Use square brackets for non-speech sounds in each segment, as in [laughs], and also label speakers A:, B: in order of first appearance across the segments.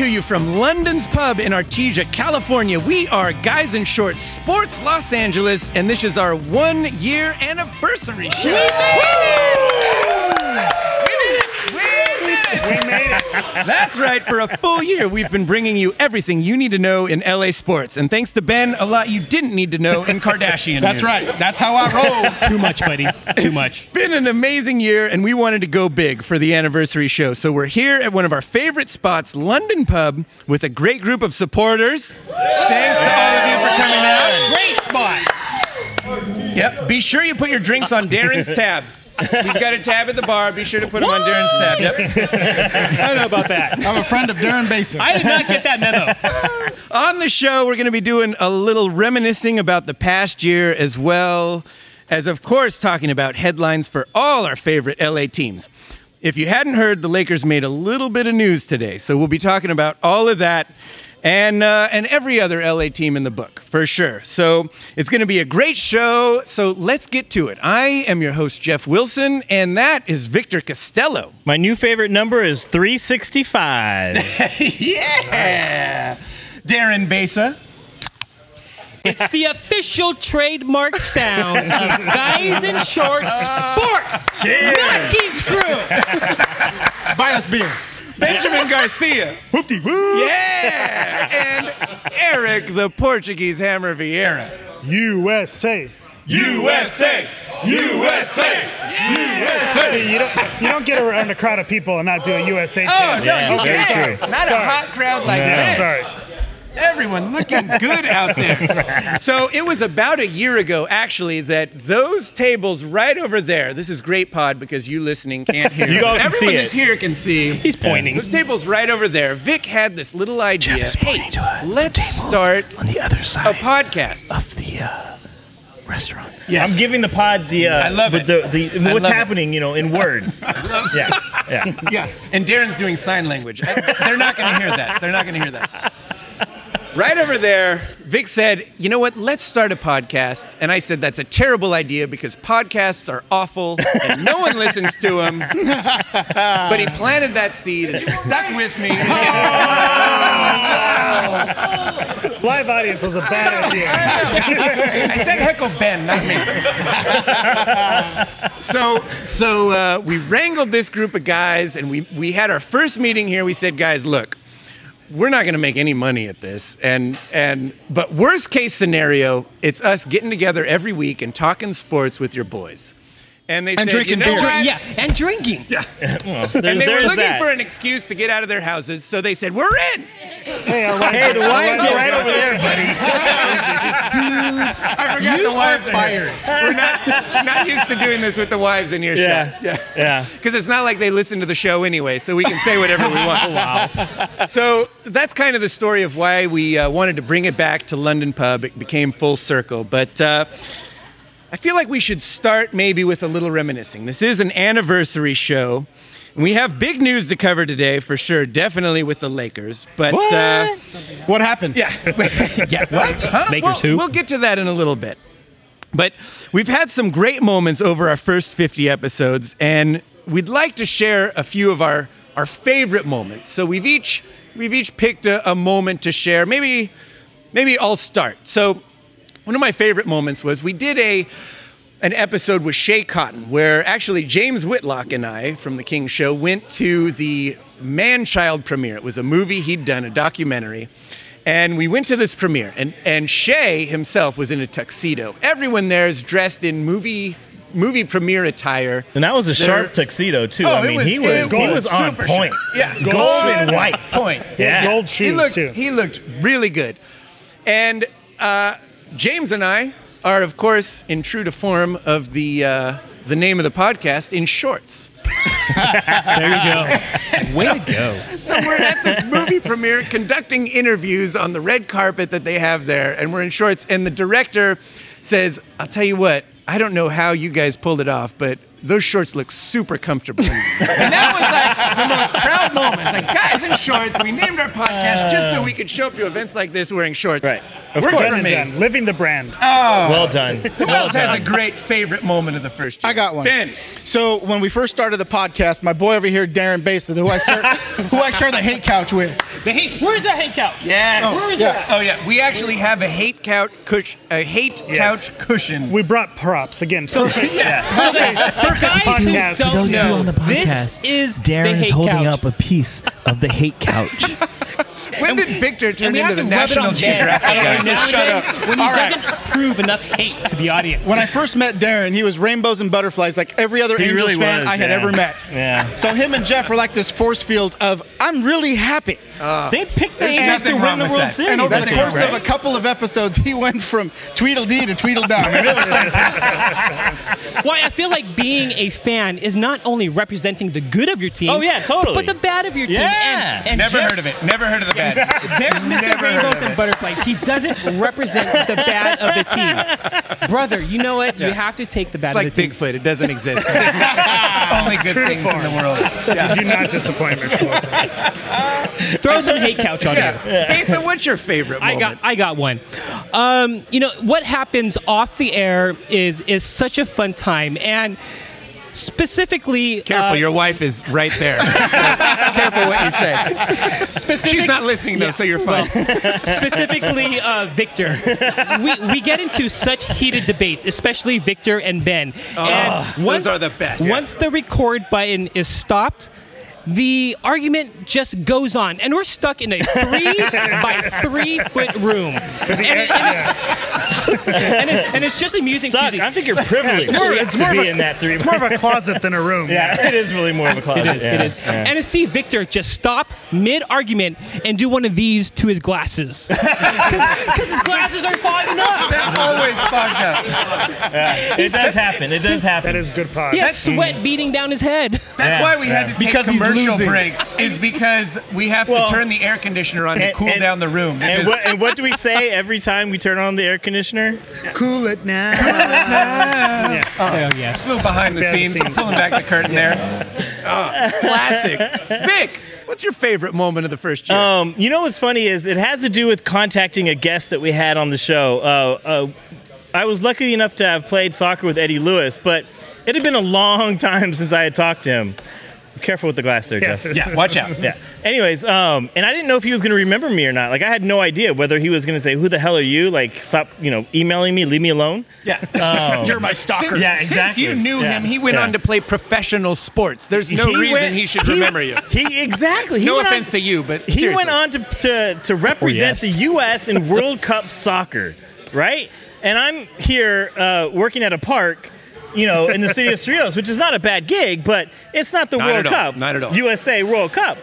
A: you from London's pub in Artesia, California. We are Guys in Short Sports Los Angeles, and this is our one year [laughs] anniversary show. We did it! We did it!
B: We made it.
A: That's right. For a full year, we've been bringing you everything you need to know in LA sports. And thanks to Ben, a lot you didn't need to know in Kardashian.
B: That's
A: news.
B: right. That's how I roll.
C: [laughs] Too much, buddy. Too much.
A: Been an amazing year, and we wanted to go big for the anniversary show. So we're here at one of our favorite spots, London Pub, with a great group of supporters. Thanks to all of you for coming out.
C: Great spot.
A: Yep. Be sure you put your drinks on Darren's tab. He's got a tab at the bar. Be sure to put them on Darren's tab. Yep.
C: [laughs] I don't know about that.
B: I'm a friend of Darren Basin.
C: [laughs] I did not get that memo.
A: [laughs] On the show, we're going to be doing a little reminiscing about the past year, as well as, of course, talking about headlines for all our favorite LA teams. If you hadn't heard, the Lakers made a little bit of news today, so we'll be talking about all of that and uh, and every other LA team in the book for sure. So it's going to be a great show. So let's get to it. I am your host Jeff Wilson, and that is Victor
C: [laughs]
A: Costello.
D: My new favorite number is 365. [laughs]
A: yeah, Darren Besa.
E: It's the official trademark sound of Guys in Short Sports. Not Geeks Crew.
B: [laughs] Buy us beer.
A: Benjamin Garcia.
B: Whoopty woo.
A: Yeah! And Eric, the Portuguese Hammer Vieira.
F: USA.
A: USA! USA!
F: You don't, you don't get around a crowd of people and not do a USA chant.
A: Oh, no,
D: Yeah,
A: you
D: very
A: can't.
D: true.
A: Not a hot crowd like
D: No.
A: this.
F: Sorry.
A: Everyone looking good out
D: [laughs]
A: there. So it was about a year ago, actually, that those tables right over there. This is great pod because you listening can't hear.
D: [laughs] You all can
A: Everyone
D: see
A: that's
D: it.
A: here can see.
C: He's pointing.
A: Those tables right over there. Vic had this little idea.
G: Jeff is
A: hey,
G: pointing to us.
A: let's start
G: on the other
A: a
G: side
A: podcast.
G: of the uh, restaurant.
A: Yes.
D: I'm giving the pod the uh,
A: I love
D: the,
A: it.
D: The, the,
A: I
D: what's
A: love it.
D: [laughs] happening, you know, in
A: [laughs]
D: words. yeah, yeah.
A: Yeah, and Darren's doing sign language. I- They're not going to hear that. They're not going to hear that. Right over there, Vic said, "You know what? Let's start a podcast." And I said, "That's a terrible idea because podcasts are awful and no one listens to them." But he planted that seed and it stuck with me. [laughs]
D: Oh,
F: Live audience was a
A: [laughs]
F: bad idea.
A: I said heckle Ben, not me.
F: [laughs]
A: so so uh, we wrangled this group of guys, and we we had our first meeting here. We said, guys, look, we're not going to make any money at this, and and but worst case scenario, it's us getting together every week and talking sports with your boys. And they
B: And
A: said,
B: drinking
A: you know
B: beer.
A: what?
E: Yeah, and drinking.
D: There's-
A: And they were
D: there's
A: looking
D: that.
A: for an excuse to get out of their houses, so they said, "We're in."
F: Hey, our wives
D: Hey,
F: are-
D: the
F: our
D: wine's
F: wives are-
D: right over there, buddy.
A: I forgot
E: You
A: the wives
E: are
A: are here. We're not, not used to doing this with the wives in your
D: Yeah.
A: show. Yeah.
D: Yeah.
A: Because it's not like they listen to the show anyway, so we can say whatever we want. So that's kind of the story of why we uh, wanted to bring it back to London Pub. It became full circle. But uh, I feel like we should start maybe with a little reminiscing. This is an anniversary show. and We have big news to cover today, for sure. Definitely with the Lakers, but Uh,
B: What happened?
A: yeah. yeah. What? Huh? we'll,
C: Lakers who?
A: We'll get to that in a little bit. But we've had some great moments over our first 50 episodes, and we'd like to share a few of our, our favorite moments. So we've each we've each picked a, a moment to share. Maybe maybe I'll start. So one of my favorite moments was we did a an episode with Shea Cotton where actually James Whitlock and I from The King Show went to the Man Child premiere. It was a movie he'd done, a documentary. And we went to this premiere, and, and Shea himself was in a tuxedo. Everyone there is dressed in movie movie premiere attire.
D: And that was a sharp
A: They're-
D: tuxedo too.
A: Oh,
D: I
A: it
D: mean,
A: was-
D: he
A: it
D: was
A: was
D: he
A: gold.
D: was on
A: Super
D: point.
A: Yeah,
D: gold, and white.
A: Point.
D: Yeah.
F: Gold shoes,
A: he looked,
F: too.
A: He looked really good. And uh, James and I are, of course, in true to form of the uh, the name of the podcast, in shorts. [laughs]
C: There you go. Way to go.
A: So we're at this movie premiere conducting interviews on the red carpet that they have there, and we're in shorts. And the director says, I'll tell you what, I don't know how you guys pulled it off, but those shorts look super
C: [laughs]
A: comfortable. and that was like the most proud moment. It's like, guys in shorts, we named our podcast just so we could show up to events like this wearing shorts.
D: Right. Of
A: Works
D: course.
A: for
F: Done and
A: me. Oh.
F: done. Living the brand.
D: Well done.
A: Who
D: well
A: else has a
D: done.
A: great favorite moment of the first year?
B: I got one.
A: Ben.
B: So when we first started the podcast, my boy over here, Darren Baser, who I share, who I share the hate couch with.
E: The hate. Where's that hate couch?
A: Yes.
E: Where is
B: yeah.
E: that?
A: Oh yeah, we actually have a hate couch cush a hate
F: Yes.
A: couch cushion.
F: We brought props again. Perfect.
E: So that- for guys who
F: Podcast.
E: don't
G: For those
E: know,
G: of you on the
E: this
G: podcast,
E: is the
G: Darren
E: hate
G: is holding
E: couch.
G: up a piece of the hate
D: [laughs]
G: couch.
A: when did Victor turn
E: and we
A: into
E: have
A: the
E: to rub it
A: National
E: on
A: Geographic?
E: Dan.
A: guy?
B: Just shut up.
E: [laughs] When he
B: All right.
E: doesn't prove enough hate to the audience.
B: When I first met Darren, he was rainbows and butterflies, like every other Angels
D: really
B: fan
D: was,
B: I had
D: yeah.
B: ever met.
D: Yeah.
B: So him and Jeff were like this force field of I'm really happy.
D: Uh,
G: they picked their
A: There's
G: ass to
A: nothing
G: win
A: wrong
G: the
A: with
G: World
A: that.
G: Series.
B: and over the
A: exactly
B: course
A: right.
B: of a couple of episodes, he went from Tweedledee to Tweedledum, and it was fantastic.
E: Why I feel like being a fan is not only representing the good of your team.
G: Oh, yeah, totally.
E: But the bad of your team.
G: Yeah.
E: And, and
A: Never
E: Jeff-
A: heard of it. Never heard of the
E: [laughs]
A: bad. [laughs]
E: There's Mr.
A: Never heard
E: Rainbow
A: of
E: from
A: it.
E: Butterflies. He doesn't represent the bad of the
A: [laughs]
E: team. Brother, you know what? You have to take the bad
A: It's like
E: of the team.
A: Bigfoot. It doesn't [laughs] exist. it's only good
F: True
A: things in
F: form.
A: the world.
F: You do not disappoint, Rich Wilson.
E: Throw some hate couch on you.
A: Yeah. Asa, what's your favorite
E: I
A: moment?
E: got I got one. Um, you know what happens off the air is is such a fun time and specifically
A: Careful,
E: uh, [laughs]
A: your wife is right [laughs] there. Careful what you say.
E: specific-
A: She's not listening though, so you're fine.
E: [laughs] specifically uh, Victor. We, we get into such heated debates, especially Victor and Ben. and
A: Oh, those are the best.
E: Once the record button is stopped, the argument just goes on, and we're stuck in a
A: [laughs]
E: three by three foot room, and, it- and,
D: [laughs]
E: it- and it- and it's just amusing.
D: Suck.
E: choosing-
D: I think you're privileged
F: more- it's
D: to
F: more of
D: be
F: a-
D: in that three.
F: It's more of a closet than a room.
D: yeah, it is really more of a closet.
G: It is, it
D: yeah.
G: is.
D: Yeah.
E: and to see Victor just stop mid argument and do one of these to his glasses, [laughs] because his glasses are fogging up.
A: [laughs] They're always fucked up.
D: It does happen. Mm. It does happen.
F: That is good pod.
E: He has sweat beating down his head.
A: That's
D: Yeah,
A: why we had
D: yeah.
A: to take
B: Because he's
A: commercial
B: losing.
A: breaks. Is because we have
D: Well,
A: to turn the air conditioner on to
D: and-
A: cool
D: and-
A: down the room.
D: And
A: because- [laughs]
D: what, and what do we say every time we turn on the air conditioner?
B: Cool it
D: [laughs]
B: now.
E: Oh yes.
A: Uh-uh. a little behind the
F: Behind the
A: scenes,
F: scenes.
A: pulling back the curtain there. Oh, classic. Vic, what's your favorite moment of the first year?
D: Um, you know what's funny is it has to do with contacting a guest that we had on the show. Uh, uh, I was lucky enough to have played soccer with Eddie Lewis, but it had been a long [laughs] time since I had talked to him. Careful with the glass there, Jeff.
A: yeah, watch out.
D: Yeah. Anyways, um, and I didn't know if he was gonna remember me or not. Like I had no idea whether he was gonna say, "Who the hell are you?" Like stop, you know, emailing me, leave me alone. [laughs] Um,
A: [laughs] Yeah.
B: You're my stalker.
A: Oh. Since,
D: Yeah,
A: since you
D: exactly.
A: knew
D: Yeah,
A: him, he went
D: yeah.
A: on to play professional sports. There's no
D: He
A: reason
D: went-
A: he should remember you.
D: He exactly. He
A: No
D: went on-
A: offense to you, but
D: he
A: seriously.
D: went on to, to, to represent
G: yes.
D: the U.S. in World [laughs] Cup soccer, right? And I'm here uh, working at a park, you know, in the city of Cerritos, which is not a bad gig, but it's not the
A: Not at
D: World
A: all.
D: Cup.
A: Not at all.
D: USA World Cup.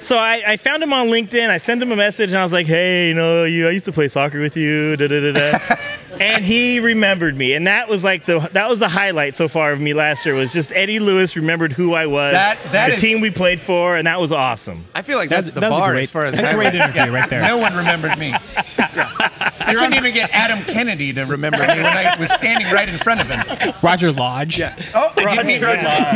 D: So I, I found him on LinkedIn. I sent him a message, and I was like, "Hey, you know, you, I used to play soccer with you." Da, da, da, da.
A: [laughs]
D: and he remembered me, and that was like the that was the highlight so far of me last year was just Eddie Lewis remembered who I was,
A: That- that
D: the
A: is-
D: team we played for, and that was awesome.
A: I feel like that's, the
C: that was a
A: bar
C: great-
A: as far as
C: that's a great
A: highlights.
C: interview right there. [laughs]
A: No one remembered me. I couldn't even get Adam Kennedy to remember me when I was standing right in front of him.
C: [laughs] Roger Lodge.
A: Oh, I did meet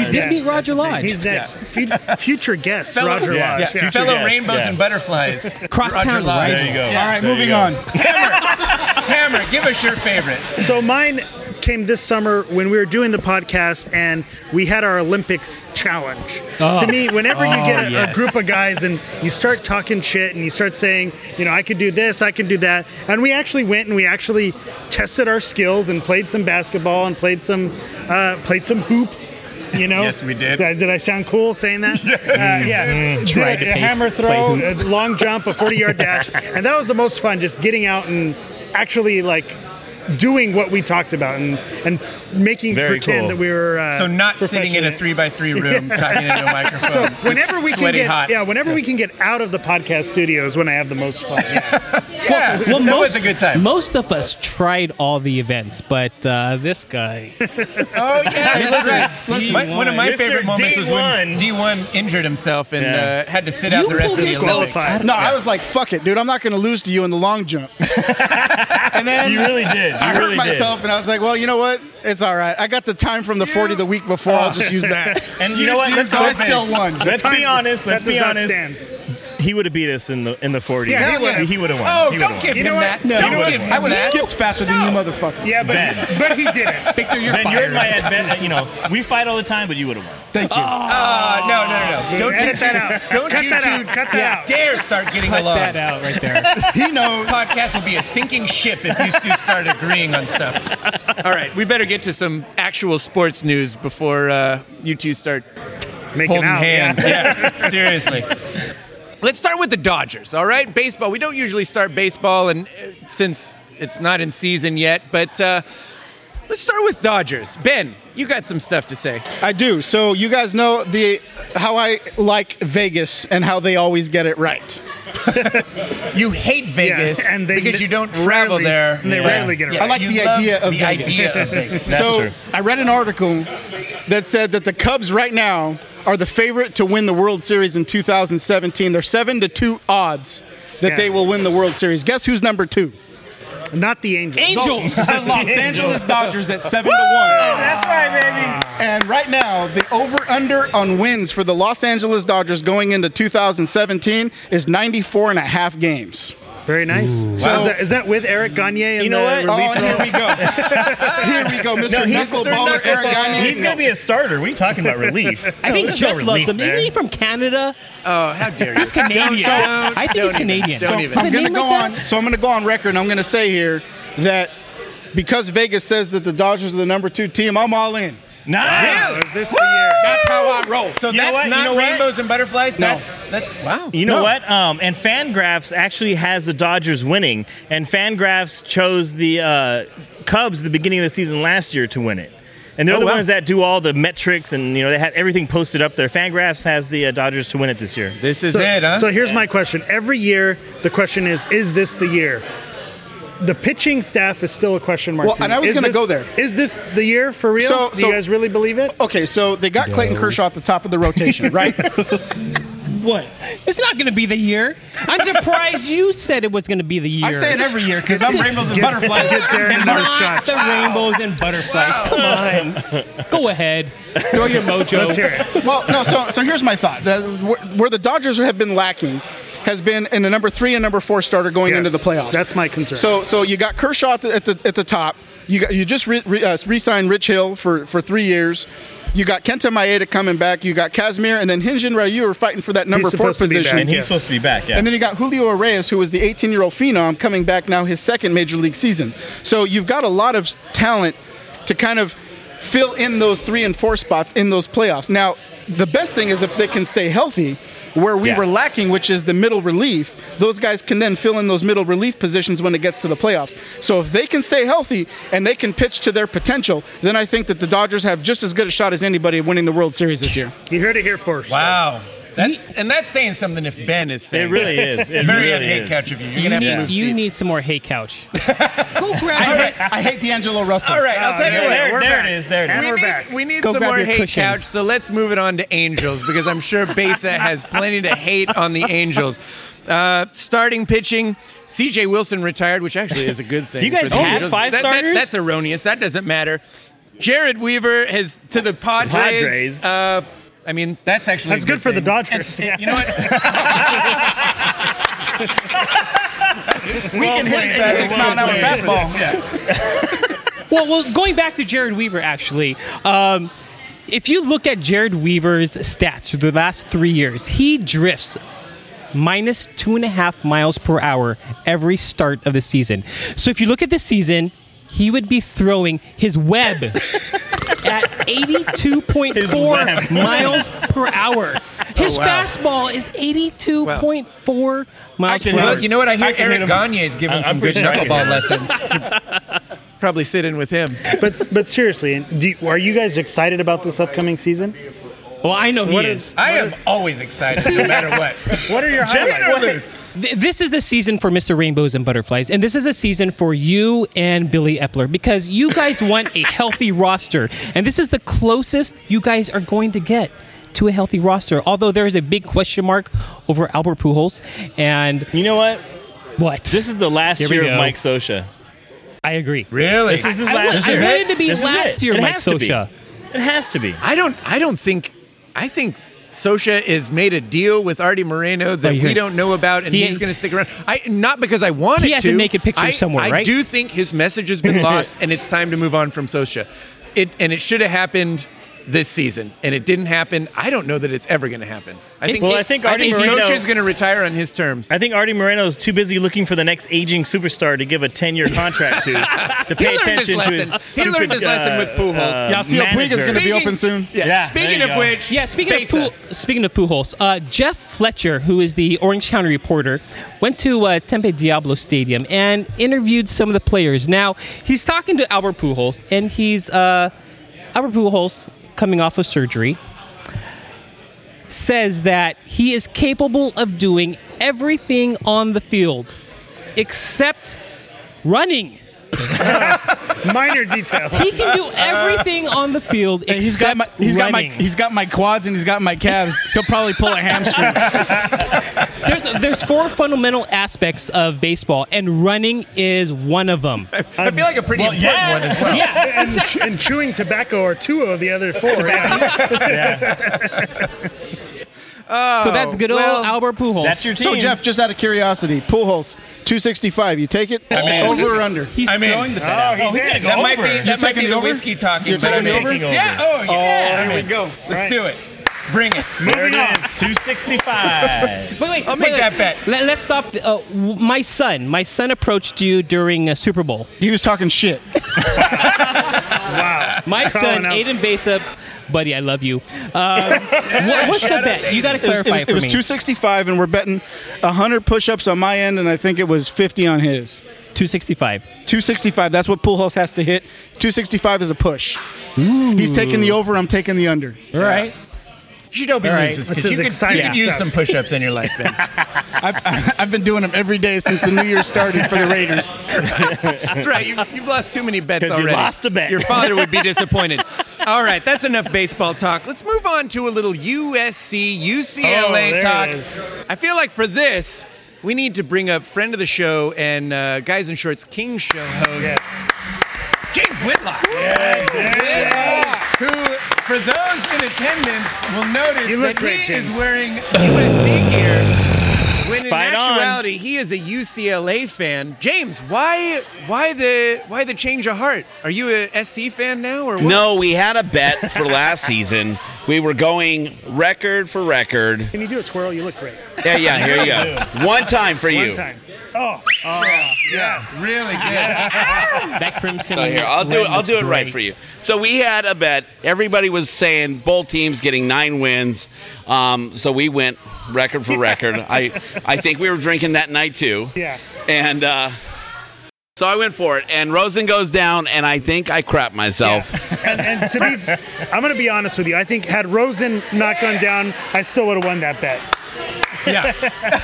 C: You did meet Roger Lodge.
F: He's next. Fu- Future guest,
A: fellow,
F: Roger
A: yeah,
F: Lodge.
A: yeah,
F: Yeah.
A: fellow
D: guest,
A: rainbows
D: yeah.
A: and butterflies.
C: Crosstown
A: Roger Lodge.
C: rival. There you go.
B: All right,
D: There you
B: moving
D: go.
B: on.
A: Hammer, give us your favorite.
F: So mine came this summer when we were doing the podcast and we had our Olympics challenge.
C: Oh.
F: To me, whenever you get a,
A: yes.
F: a group of guys and you start talking shit and you start saying, you know, I could do this, I could do that, and we actually went and we actually tested our skills and played some basketball and played some uh, played some hoop. You know,
A: Yes, we did.
F: Did, I sound cool
A: [laughs]
F: saying that? Uh, yeah, did
C: Mm-hmm. Tried
F: a,
C: to
F: a
C: fake
F: hammer throw, uh, a long jump, a forty-yard dash, and that was the most fun. Just getting out and actually like doing what we talked about and and making
D: Very
F: pretend
D: cool.
F: that we were uh,
A: So not sitting in a
F: professional.
A: three by three
F: [laughs]
A: room talking into a microphone.
F: So
A: It's
F: whenever we can
A: sweaty
F: get
A: hot.
F: yeah, whenever we can get out of the podcast studio is when I have the most fun. Yeah.
A: Yeah, that was a good time.
E: Most of us tried all the events, but uh, this guy.
A: oh yeah, that's right.
E: Listen,
A: My- one of my
D: D1.
A: favorite moments was when D1 injured himself and
D: Yeah.
A: uh, had to sit out
E: You
A: the rest of the
E: totally
A: Olympics.
F: Qualified.
B: No, I was like, fuck it, dude. I'm not going to lose to you in the long jump. and then
D: You really did. You
B: I hurt
D: really
B: myself, and I was like, well, you know what? It's all right. I got the time from the 40 the week
A: [laughs]
B: before. I'll just use that.
D: did. [laughs] And you know what?
B: So I still won.
D: let's be honest. Let's
F: That does
D: be
F: not
D: honest.
F: stand.
D: he would have beat us in the in the 40s.
F: Yeah,
D: he would
F: yeah.
D: he would have won.
A: Oh,
D: he would've
A: don't
D: won.
A: give
F: You
A: him
F: know what?
A: that.
F: No,
A: don't
F: you know what?
A: give him
B: I would have
A: that.
B: skipped faster than you, motherfucker.
F: Yeah, but
D: Ben.
F: but he didn't.
E: Victor, you're
D: Ben,
E: fired.
D: you're in my advent. You know, we fight all the time, but you would have won.
B: Thank you.
A: Uh, no, no, no, no. Don't
F: Oh. Edit
A: you
F: that
A: two-
F: out.
A: Don't
F: Cut
A: you
F: that
A: two
F: out. Cut that out.
A: dare start getting
E: Cut
A: along.
E: that out right
A: [laughs]
E: there.
B: he knows.
A: podcast will be a sinking ship if you two start agreeing on stuff. All right, we better get to some actual sports news before uh, you two start
F: Making
A: holding
F: out. yeah.
A: hands. Yeah, seriously. Let's start with the Dodgers, all right? Baseball. We don't usually start baseball, and uh, since it's not in season yet, but uh, let's start with Dodgers. Ben, you got some stuff to say.
B: I do. So you guys know the how I like Vegas and how they always get it
A: [laughs]
B: right.
A: You hate Vegas
F: and they
A: because
F: n-
A: you don't travel
F: rarely-
A: there.
F: and they rarely get it right.
B: I like
A: You
B: the
A: love
B: idea of
A: the
B: Vegas. [laughs]
A: idea of [laughs] Vegas.
D: That's
B: so
D: true.
B: I read an article that said that the Cubs right now are the favorite to win the World Series in 2017. They're seven to two odds that
F: Yeah.
B: they will win the World Series. Guess who's number two?
F: Not the Angels.
B: Angels.
E: [laughs]
A: [laughs]
B: The Los Angeles Dodgers at seven to one.
D: That's right, baby.
B: And right now, the over/under on wins for the Los Angeles Dodgers going into 2017 is 94 and a half games.
F: Very nice. So
B: Wow.
F: is, that, is that with Eric Gagne? And
D: You know
F: the
D: what?
F: relief
B: Oh, here we go. Here we go, Mr. Knuckle Baller Eric Gagne.
D: He's going to be a starter. We talking
A: [laughs]
D: about relief.
E: I think
D: There's no
E: Jeff loves
D: relief
E: him. Isn't
D: there.
E: he from Canada?
A: Oh, how dare you? He's
E: Canadian. I think he's Canadian.
A: Don't
E: So-
A: even.
E: With
B: I'm
E: a
B: going to
E: name
B: go
E: like
B: on. So I'm going to go on record. and I'm going to say here that because Vegas says that the Dodgers are the number two team, I'm all in.
D: Nice.
F: Is this the year?
B: That's how I roll. So
A: So
D: You know
A: that's
D: what? You
A: not
D: know what?
A: rainbows and butterflies.
B: No.
A: That's that's wow.
D: You know
B: No.
D: what? Um, and Fangraphs actually has the Dodgers winning, and Fangraphs chose the uh, Cubs at the beginning of the season last year to win it. And they're the
B: wow.
D: ones that do all the metrics, and you know they had everything posted up there. Fangraphs has the uh, Dodgers to win it this year.
A: This is it, huh?
F: So here's my question. Every year, the question is, is this the year? The pitching staff is still a question mark.
B: Well,
F: to me.
B: and I was
F: Is
B: gonna
F: this-
B: go there.
F: Is this the year for real?
B: So-
F: Do
B: so-
F: you guys really believe it?
B: okay, so they got Clayton Kershaw at the top of the rotation, right?
F: What?
E: It's not going to be the year. I'm surprised you said it was going to be the year.
B: I say it every year because I'm rainbows and
E: [laughs]
B: butterflies.
F: Get there
B: And
F: another
B: they're-
E: not
F: shot.
E: the rainbows and
D: [laughs]
E: butterflies. Come on. Go ahead. Throw your mojo.
F: Let's hear it.
B: well, no. So, so here's my thought. Uh, Where, where the Dodgers have been lacking has been in a number three and number four starter going
F: Yes,
B: into the playoffs.
F: that's my concern.
B: So, so you got Kershaw at the at the, at the top. You got you just re, re, uh, re-signed Rich Hill for for three years. You got Kenta Maeda coming back. You got Kazmir, and then Hinjin Ryu are fighting for that number four
F: supposed to be
B: position.
F: back,
D: and he's
F: yes.
D: supposed to be back. Yeah.
B: And then you got Julio Reyes, who was the 18 year old phenom, coming back now his second major league season. So you've got a lot of talent to kind of fill in those three and four spots in those playoffs. Now, the best thing is if they can stay healthy. Where we
D: Yeah.
B: were lacking, which is the middle relief, those guys can then fill in those middle relief positions when it gets to the playoffs. So if they can stay healthy and they can pitch to their potential, then I think that the Dodgers have just as good a shot as anybody of winning the World Series this year.
F: You heard it here first.
A: wow. That's and that's saying something if Ben is saying
D: it really is. It
A: It's very
D: really
A: unhate
D: is.
A: couch of you. You're
E: You,
A: gonna
E: need,
A: have to move
E: you
A: seats.
E: need some more hay couch. Go grab it.
B: I hate D'Angelo Russell.
A: All right, I'll tell you
D: there,
A: what.
D: there,
F: we're
D: there
F: back.
D: it is. There it
F: And
D: is.
A: we
F: we're
A: need,
F: back.
A: we need
E: Go
A: some
E: grab
A: more
E: your
A: hate
E: cushion.
A: couch, so let's move it on to Angels because I'm sure
E: [laughs]
A: Besa has plenty to hate on the Angels. Uh, starting pitching, CJ Wilson retired, which actually is a
D: [laughs]
A: good thing. Do
D: you guys
A: for the
D: have
A: Angels.
D: five
A: That- that-
D: starters?
A: that's erroneous. That doesn't matter. Jared Weaver has to the Padres.
D: Padres.
A: Uh, I mean, that's actually
F: That's
A: a
F: good for the
A: thing.
D: [laughs]
F: Dodgers.
A: It's- You know what?
B: We can hit an 86 mile an hour fastball.
E: Well, well, going back to Jared Weaver, actually, um, if you look at Jared Weaver's stats for the last three years, he drifts minus two and a half miles per hour every start of the season. So if you look at the season, he would be throwing his web at 82.4
D: web.
C: [laughs]
E: miles per hour. His
A: wow.
E: fastball is 82.4 miles per
B: can
E: hour.
A: Well, you know what? I hear
B: I can hit
A: Eric
B: him.
A: Gagne is giving
D: I'm
A: some good
D: pretty sure I can
A: knuckleball lessons. Probably sit in with him.
F: But but seriously, do you, are you guys excited about this upcoming season?
E: well, I know he
F: What
E: is.
F: is-
A: I am always excited, no matter what.
F: What are your
A: Win or
F: highlights?
A: lose.
E: Th- this is the season for Mr. Rainbows and Butterflies, and this is a season for you and Billy Epler because you
D: [laughs]
E: guys want a healthy roster, and this is the closest you guys are going to get to a healthy roster. Although there is a big question mark over Albert Pujols, and
D: You know what?
E: what?
D: This is the last
E: Here we
D: year of
E: go.
D: Mike Sosha.
E: I agree.
A: Really?
D: This is his
E: I,
D: last
E: I
D: year.
E: wanted to be
D: This is
E: last
D: it.
E: year,
D: It
E: Mike
D: has to be.
E: Sosha.
D: It has to be.
A: I don't. I don't think. I think Sosha has made a deal with Artie Moreno that
E: Oh, you
A: we
E: heard-
A: don't know about, and
E: He-
A: he's going to stick around. I not because I wanted
E: He has
A: to.
E: a naked picture
A: I,
E: somewhere,
A: I
E: right?
A: do think his message
E: [laughs]
A: has been lost, and it's time to move on from Sosha. It and it should have happened this season, and it didn't happen. I don't know that it's ever going to happen. I think.
D: Well, I think
A: I
D: Artie
A: think
D: Moreno-
A: Sosha's going to retire on his terms.
D: I think Artie Moreno's too busy looking for the next aging superstar to give a 10 year
A: [laughs]
D: contract to to pay
A: He learned his
D: attention to his.
A: lesson. He
D: stupid,
A: learned his lesson
D: uh,
A: with Pujols.
B: Yasiel Puig is
D: manager.
B: going to be open soon.
D: Yeah,
A: Speaking of
D: there you go.
A: which,
E: Yeah, speaking
A: Besa.
E: of Pujol, speaking of Pujols, uh, Jeff Fletcher, who is the Orange County reporter, went to uh, Tempe Diablo Stadium and interviewed some of the players. Now he's talking to Albert Pujols, and he's uh, Albert Pujols coming off of surgery. Says that he is capable of doing everything on the field except running.
F: Minor detail.
E: He
A: Uh,
E: can do
B: [laughs]
E: everything on the field except
B: And he's got my he's got my
E: running.
B: he's got my quads and he's got my calves. He'll probably pull
A: [laughs]
B: a hamstring.
E: there's there's four fundamental aspects of baseball, and running is one of them.
A: I feel like a pretty important one as well.
F: and, ch- and chewing tobacco are two of the other four.
E: so that's good old
A: Oh, well,
E: Albert Pujols.
D: That's your team.
B: so Jeff, just out of curiosity, pool holes, two sixty five. You take it over or under?
E: He's
A: I mean-
E: throwing the
F: Oh,
E: bet.
F: he's,
D: gonna
F: in.
D: go
A: That might
D: over.
A: be that might
B: taking
A: be
B: it
A: the
B: over?
A: whiskey talk. You're
B: taking it over?
A: Yeah. Oh, yeah.
B: here
A: I
B: we
A: mean,
B: go.
A: Let's
F: Right.
A: do it. Bring it.
D: There it is,
E: Wait,
D: 265.
E: wait,
A: I'll
E: wait,
A: make
E: wait.
A: that bet.
E: Let, let's stop. The, uh, w- my son, my son approached you during a Super Bowl.
B: He was talking
E: [laughs]
B: shit.
E: My son,
F: Colin, now-
E: Aiden Basa, buddy, I love you.
B: [laughs]
E: Um, what, what's the bet? You got to
B: It was, it
E: clarify
B: was-
E: it
B: it was
E: for me.
B: 265, and we're betting 100 push-ups on my end, and I think it was 50 on his.
E: 265.
B: 265. That's what Pujols has to hit. 265 is a push. He's taking the over. I'm taking the under.
E: All right.
A: You don't be
F: right.
A: losers,
F: This
A: kid.
F: is
A: You could-
F: exciting
A: You could use
F: stuff.
A: some push-ups in your life, Ben.
B: I've, [laughs] I've been doing them every day since the new year started for the Raiders.
A: That's right. You've, you've lost too many bets
D: 'Cause you
A: already.
D: lost a bet.
A: Your father would
F: [laughs]
A: be disappointed. All right, that's enough baseball talk. Let's move on to a little USC
F: Oh,
A: UCLA
F: there it
A: talk.
F: is.
A: I feel like for this, we need to bring up friend of the show and uh, Guys in Shorts King Show host James Whitlock. Who, for those in attendance, will notice
F: You
A: that
F: look great,
A: he
F: James.
A: is wearing USC gear. When in
D: Fight on.
A: actuality, he is a UCLA fan. James, why, why the, why the change of heart? Are you a SC fan now, or what?
H: No, we had a bet for last season. We were going record for record.
F: Can you do a twirl? You look great.
H: Yeah, yeah, here
E: [laughs]
H: you go. One time for you.
F: One time. Oh, yes.
A: really good.
E: That crimson.
H: So here, I'll do it.
E: red
H: I'll do it
E: looks
H: right
E: great.
H: for you. So we had a bet. Everybody was saying both teams getting nine wins. Um, so we went record for record.
E: [laughs]
H: I I think we were drinking that night too.
F: Yeah.
H: And uh, so I went for it. And Rosen goes down, and I think I crap myself.
F: And, and to be, I'm going to be honest with you. I think had Rosen not gone down, I still would have won that bet.
A: Yeah.
F: [laughs]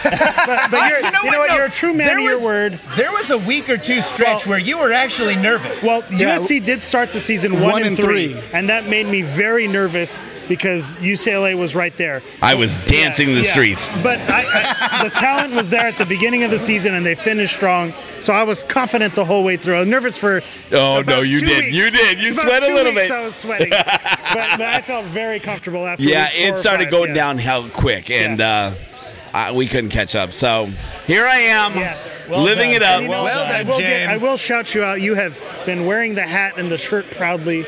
A: [laughs]
F: But, but you're, you know, what?
A: No,
F: You're a true man
A: there
F: of your
A: was-
F: word.
A: There was a week or two stretch where you were actually nervous.
F: Well,
B: Yeah.
F: USC did start the season one,
B: One and
F: and three,
B: three.
F: and that made me very nervous because UCLA was right there.
H: I was dancing the
F: Yeah.
H: streets.
F: But I, I, the talent was there at the beginning of the season, and they finished strong. So I was confident the whole way through. I was nervous for.
H: Oh,
F: about
H: no, you
F: two
H: did. You
F: weeks.
H: did. You
F: About
H: sweat a
F: two
H: little
F: weeks
H: bit.
F: I was sweating, but, but I felt very comfortable after.
H: Yeah,
F: week four
H: it
F: or
H: started
F: five,
H: going
F: yeah.
H: downhill quick, and uh, I, we couldn't catch up. So here I am,
F: Yes.
H: living it
D: done.
H: up.
F: You know,
A: Well
F: I
A: done,
F: will get-
A: James.
F: I will shout you out. You have been wearing the hat and the shirt proudly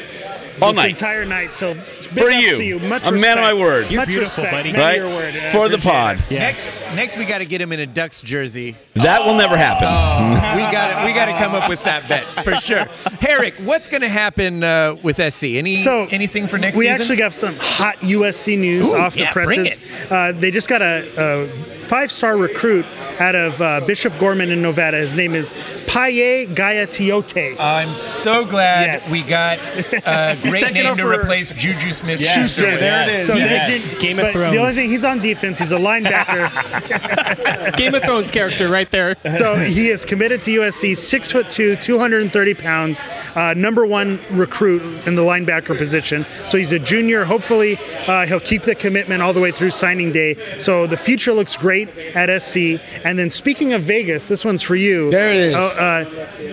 H: All
F: this
H: night.
F: entire night. So big
H: For
F: ups
H: you.
F: to you. Much
H: A man of my
F: respect.
H: word.
F: Much
C: beautiful,
F: respect.
C: buddy.
F: Man of
H: right?
F: your word. Yeah, I
H: For the
F: appreciate
H: pod.
A: next, next we got to get him in a Ducks jersey. Oh,
H: That will never happen.
F: [laughs]
A: we got to we got to come up with that bet for sure. Herrick, what's going to happen uh, with SC? Any
F: it. So
A: anything for next
F: we
A: season?
F: actually got some hot USC news
A: Ooh,
F: off the
A: yeah, bring
F: presses. Uh, they just got a, a five-star recruit out of uh, Bishop Gorman in Nevada. His name is Paye Gayatiote.
A: I'm so glad
F: Yes.
A: we got
F: [laughs]
A: a great
B: taking
A: name to
B: over-
A: replace Juju Smith
C: Yes.
A: Schuster.
B: Yeah, there it is.
F: So
E: He's
F: they
E: a
F: didn't-
E: Game of
F: but
E: Thrones.
F: The only thing he's on defense. He's a
A: [laughs]
F: linebacker.
E: Game of Thrones character right there.
F: So he is committed to USC, six foot two, 230 pounds, uh, number one recruit in the linebacker position. So he's a junior. Hopefully, uh, he'll keep the commitment all the way through signing day. So the future looks great great at SC. And then speaking of Vegas, this one's for you.
B: There it is.
F: Oh, uh,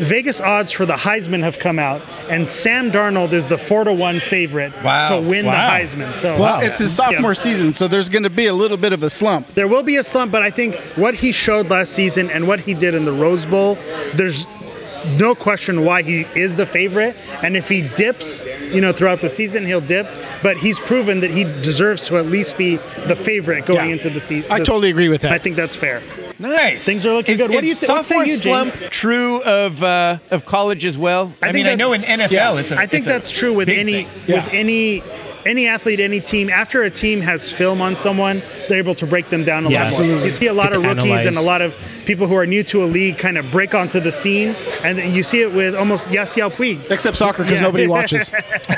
F: Vegas odds for the Heisman have come out, and Sam Darnold is the four to one favorite
A: Wow.
F: to win
C: Wow.
F: the Heisman. So
B: Well, it's his
F: Yeah.
B: sophomore season, so there's going to be a little bit of a slump.
F: There will be a slump, but I think what he showed last season and what he did in the Rose Bowl, there's no question why he is the favorite. And if he dips, you know, throughout the season, he'll dip. But he's proven that he deserves to at least be the favorite going
B: Yeah.
F: into the season.
B: I totally agree with that.
F: I think that's fair.
A: Nice.
F: Things are looking
A: is,
F: good. What do you
A: is
F: thi- what say
A: sophomore
F: you, James?
A: slump true of uh, of college as well? I,
F: think
A: mean, I
F: that-
A: know in NFL, it's. A,
F: I think
A: it's a
F: that's true with
A: big
F: any
A: thing.
F: with any any athlete, any team. After a team has film on someone, they're able to break them down a
C: Yeah,
F: lot more.
C: absolutely.
F: You see a lot
C: They
F: of
C: can
F: rookies and a
C: analyze.
F: lot of people who are new to a league kind of break onto the scene, and you see it with almost Yasiel Puig.
B: Except soccer, because
F: Yeah. [laughs]
B: nobody watches.
F: But it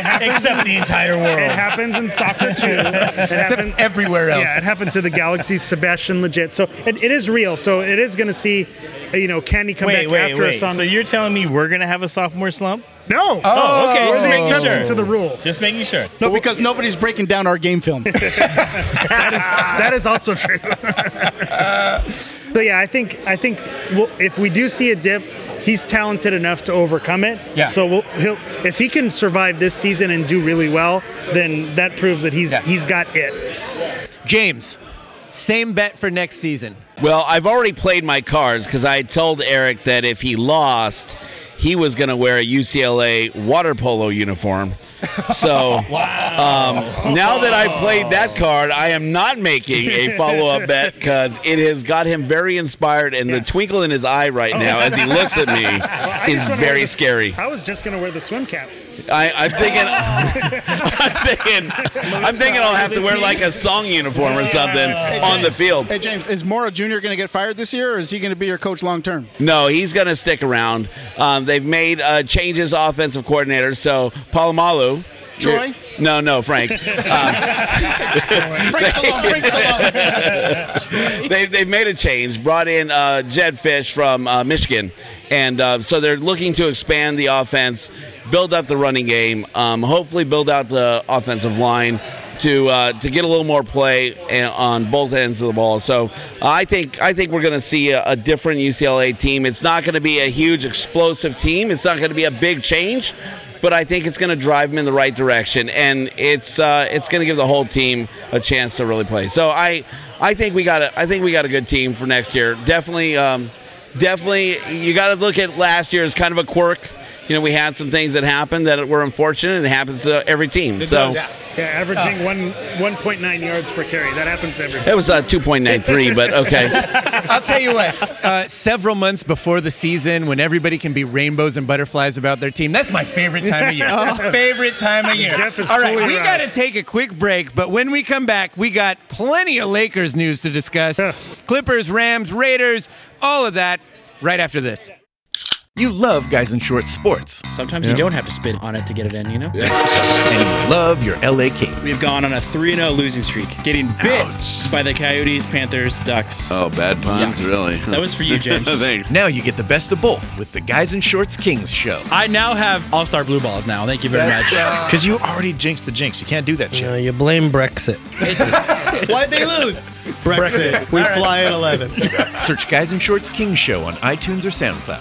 F: happens.
C: Except the entire
F: it
C: world.
F: happens in soccer too. It
D: [laughs]
A: Except
F: happen-
A: everywhere else.
F: Yeah, it happened to the Galaxy's Sebastian Legit. So it, it is real. So it is going to see, you know, can he come
D: Wait,
F: back
D: wait,
F: after
D: wait.
F: a song?
D: So you're telling me we're gonna have a sophomore slump?
F: no.
A: Oh, okay.
F: We're the
A: Just making
F: exception
A: sure.
F: to the rule.
D: Just making sure.
B: no, because nobody's [laughs]
A: [laughs]
B: breaking down our game film.
F: that is also true. so yeah, I think I think we'll, if we do see a dip, he's talented enough to overcome it.
A: Yeah.
F: So we'll, he'll if he can survive this season and do really well, then that proves that he's
A: Yeah.
F: he's got it.
A: James, same bet for next season.
H: Well, I've already played my cards because I told Eric that if he lost, he was going to wear a UCLA water polo uniform. So
F: [laughs]
H: um, now that I played that card, I am not making
F: [laughs]
H: a follow up bet because it has got him very inspired, and the twinkle in his eye right now as he looks at
F: [laughs] I
H: me
F: just
H: is
F: wanna wear
H: very
F: the-
H: scary.
F: I was just gonna wear the
D: [laughs]
F: swim cap. [laughs]
H: I, I'm thinking, [laughs] I'm thinking, I'm thinking I'll have to wear like a song uniform or something on the field.
B: hey, James, is Mora Jr. going to get fired this year, or is he going to be your coach long term?
H: No, he's going to stick around. Um, they've made uh, changes, offensive coordinator. So Palomalu.
B: Troy?
H: you're- No, no, Frank.
B: Bring it along, bring it along.
H: [laughs] they, they've made a change, brought in uh, Jed Fish from uh, Michigan. And uh, so they're looking to expand the offense, build up the running game, um, hopefully build out the offensive line to uh, to get a little more play a- on both ends of the ball. So I think I think we're going to see a, a different UCLA team. It's not going to be a huge explosive team. It's not going to be a big change, but I think it's going to drive them in the right direction, and it's uh, it's going to give the whole team a chance to really play. So I I think we got a I think we got a good team for next year. Definitely, um, definitely, you got to look at last year as kind of a quirk. You know, we had some things that happened that were unfortunate, and it happens to every team. So
F: Yeah, averaging
D: Oh.
F: one one point nine yards per carry. That happens to everybody.
H: it was uh, two point nine three, but
F: [laughs]
H: okay.
A: I'll tell you what. Uh, several months before the season, when everybody can be rainbows and butterflies about their team, that's
I: [laughs]
A: my favorite time
F: [laughs]
A: of year.
F: Oh.
A: Favorite time of year.
F: Jeff is
A: All right,
F: fully
A: we got
F: aroused.
A: to take a quick break, but when we come back, we got plenty of Lakers news to discuss: Clippers, Rams, Raiders, all of that. Right after this.
J: You love guys in shorts sports,
K: Sometimes you don't have to spit on it to get it in, you know?
J: and you love your LA Kings.
K: We've gone on a 3 0 losing streak, getting bit by the Coyotes, Panthers, Ducks.
J: Oh, bad puns, really?
K: That
J: [laughs]
K: was for you, James.
A: [laughs]
J: Now you get the best of both with the Guys in Shorts Kings show.
K: I now have all star blue balls now. Thank you very much.
C: Because you already jinxed the jinx. You can't do that shit.
L: Uh, you blame Brexit.
K: Why'd they lose?
L: Brexit. We fly at [laughs] 11.
J: [laughs] Search Guys in Shorts Kings show on iTunes or SoundCloud.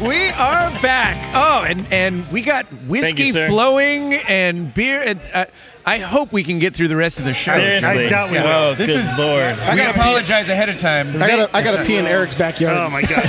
A: We are back. Oh, and and we got whiskey
D: sir.
A: flowing and beer. And uh, I hope we can get through the rest of the show.
D: Seriously.
F: I doubt we will.
D: Whoa,
A: This
D: good
A: is-
D: lord.
A: We apologize ahead of time.
B: I gotta, I gotta pee in Eric's backyard.
F: Oh
B: [laughs]
F: my gosh.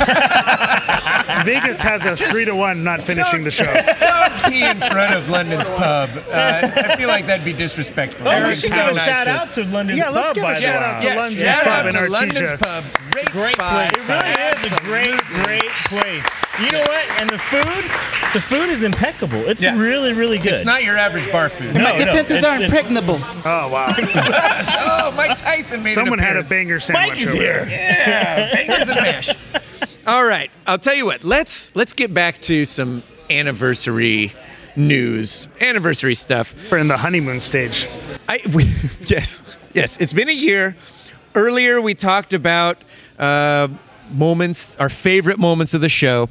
F: Vegas has us three to one not finishing the show.
A: Don't pee in front of London's pub. Uh, I feel like that'd be disrespectful.
D: Oh, we
A: Eric's
D: should give
A: so
D: a
A: nice
D: shout
A: to us.
D: out to London's
F: Yeah,
D: Pub,
F: let's give a
D: by the
F: shout
D: way.
F: out to
A: Yes,
F: London's
A: shout
F: Pub
A: out
F: in
A: to
F: Artesia.
A: London's Pub. Great,
D: Great
A: spot.
D: place. It really is a great, great place. You know what? And the food, the food is impeccable. It's
A: Yeah.
D: really, really good.
A: It's not your average bar food.
D: No, no,
B: Defenses
D: it's-
B: are
D: it's-
B: impregnable.
F: Oh wow.
A: Oh, Mike Tyson made
F: Someone
A: an
F: had a
A: appearance.
F: banger sandwich.
D: Mike is
F: over
D: here.
F: there.
A: Yeah, bangers and mash. All right, I'll tell you what. Let's let's get back to some anniversary news, anniversary stuff.
F: We're in the honeymoon stage.
A: I we, [laughs] yes, yes. It's been a year. Earlier, we talked about uh, moments, our favorite moments of the show.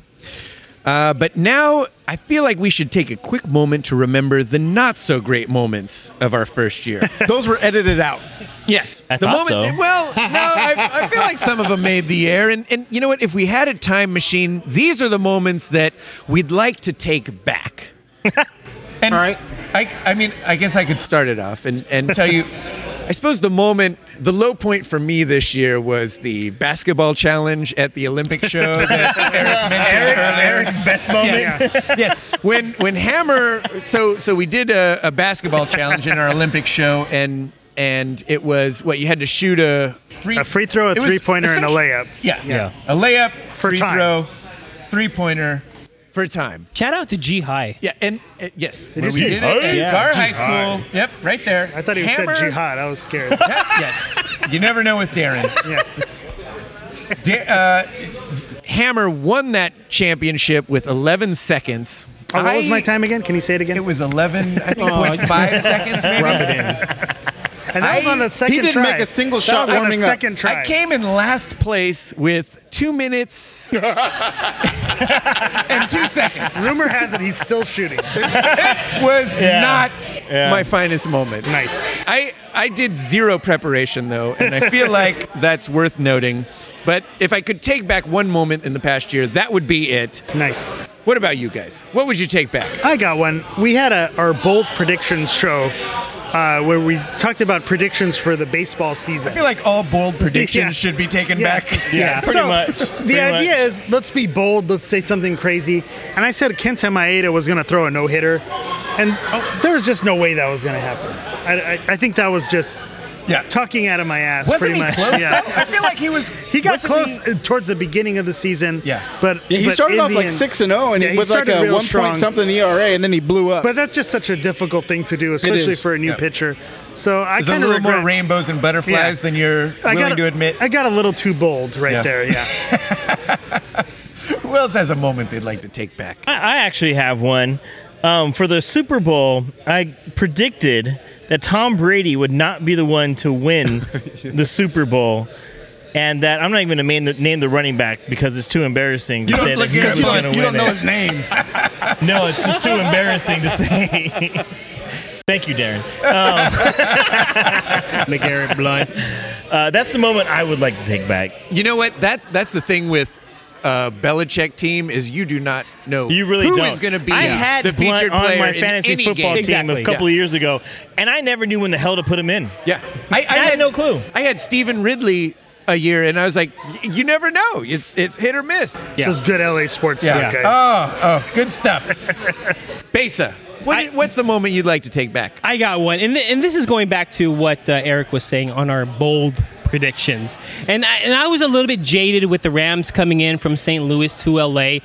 A: Uh, Uh, but now I feel like we should take a quick moment to remember the not so great moments of our first year.
B: Those were edited out.
A: Yes,
B: I
A: the
B: thought so.
A: Well, [laughs] no, I, I feel like some of them made the air, and and you know what? If we had a time machine, these are the moments that we'd like to take [laughs] back. and All right. I, I mean, I guess I could start it off and, and tell [laughs] you, I suppose the moment, the low point for me this year was the basketball challenge at the Olympic show. that Eric mentioned earlier.
D: Eric's best moment.
A: Yes. yes. When when Hammer so so we did a, a basketball challenge in our Olympic show and and it was what you had to shoot a free
F: A free throw, a
A: it was
F: three-pointer, and a
A: essentially-
F: layup.
A: Yeah, yeah. A layup, free throw, three pointer for time.
E: Shout out to G High.
A: Yeah, and uh, yes,
F: Did
A: where
F: you
A: we
F: say
A: did it
F: High?
A: at
F: Yeah,
A: Gar High
F: Jihad.
A: School. Yep, right there.
F: I thought he
A: Hammer,
F: said jihad. I was
A: [laughs]
F: scared.
A: yes. You never know with Darren.
F: [laughs] Yeah.
A: Da- uh, Hammer won that championship with 11 seconds.
F: Oh, what was
A: I-
F: my time again? Can you say it again? It
A: was 11, I
F: Oh,
A: think, point five seconds, maybe?
F: Rub it in. And that was
A: I-
F: on the second
B: didn't
F: try.
B: make a single
F: That
B: shot
F: was on the
B: warming up.
F: second try.
A: I came in last place with two [laughs] minutes and two seconds.
F: Rumor has it he's
A: [laughs]
F: still shooting.
A: was
F: Yeah.
A: not
F: Yeah.
A: my finest moment.
F: Nice.
A: I, I did zero preparation though, and I
F: [laughs]
A: feel like that's worth noting. But if I could take back one moment in the past year, that would be it.
F: Nice.
A: What about you guys? What would you take back?
F: I got one. We had a, our bold predictions show uh, where we talked about predictions for the baseball season.
A: I feel like all bold predictions
F: Yeah.
A: should be taken
F: Yeah.
A: back. [laughs]
F: So, The idea is let's be bold, let's say something crazy. And I said Kenta Maeda was going to throw a no hitter. And
A: Oh.
F: there was just no way that was going to happen. I, I, I think that was just
A: Yeah.
F: talking out of my ass.
A: Wasn't
F: pretty
A: he
F: much.
A: close?
F: Yeah.
A: Though? I feel like he was.
F: He got
A: wasn't
F: close uh towards the beginning of the season. Yeah. But
B: Yeah, he
F: but
B: started
F: in
B: off
F: the
B: like
F: end-
B: six and zero, and
F: Yeah,
B: it was like
F: started
B: a
F: real
B: one
F: strong.
B: point something ERA, and then he blew up.
F: But that's just such a difficult thing to do, especially
B: is.
F: for a new
B: Yeah.
F: pitcher. So I
A: There's a
F: kind
A: little
F: of
A: more rainbows and butterflies
F: Yeah.
A: than you're
F: I
A: willing
F: got a-
A: to admit.
F: I got a little too bold right
A: Yeah.
F: there.
A: [laughs]
F: Yeah.
A: Who else has a moment they'd like to take back?
D: I, I actually have one. Um, for the Super Bowl, I predicted that Tom Brady would not be the one
A: [laughs]
D: to win the Super Bowl. And that I'm not even going to name the, name the running back because it's too embarrassing to say that he's going to win it.
B: name.
D: No, it's just too embarrassing to say. Thank you,
A: [laughs]
D: Darren. Um, [laughs] McGarrett Blunt. Uh, that's the moment I would like to take back.
A: You know what? That that's the thing with uh, Belichick team is you do not know
D: You really
A: who
D: don't.
A: is going to be
D: I had
A: the
D: Blunt
A: featured
D: on
A: player
D: my
A: in
D: fantasy
A: any
D: football
A: game.
D: team a couple of years ago, and I never knew when the hell to put him in.
A: Yeah, I, I had
D: no clue.
A: I had Stephen Ridley a year, and I was like, y- you never know. It's it's hit or miss.
F: This is good LA sports.
A: Yeah.
F: Okay.
A: Oh, oh, good
D: [laughs]
A: stuff. Besa, what, what's the moment you'd like to take back?
E: I got one, and, th- and this is going back to what uh, Eric was saying on our bold predictions, and I, and I was a little bit jaded with the Rams coming in from St. Louis to LA,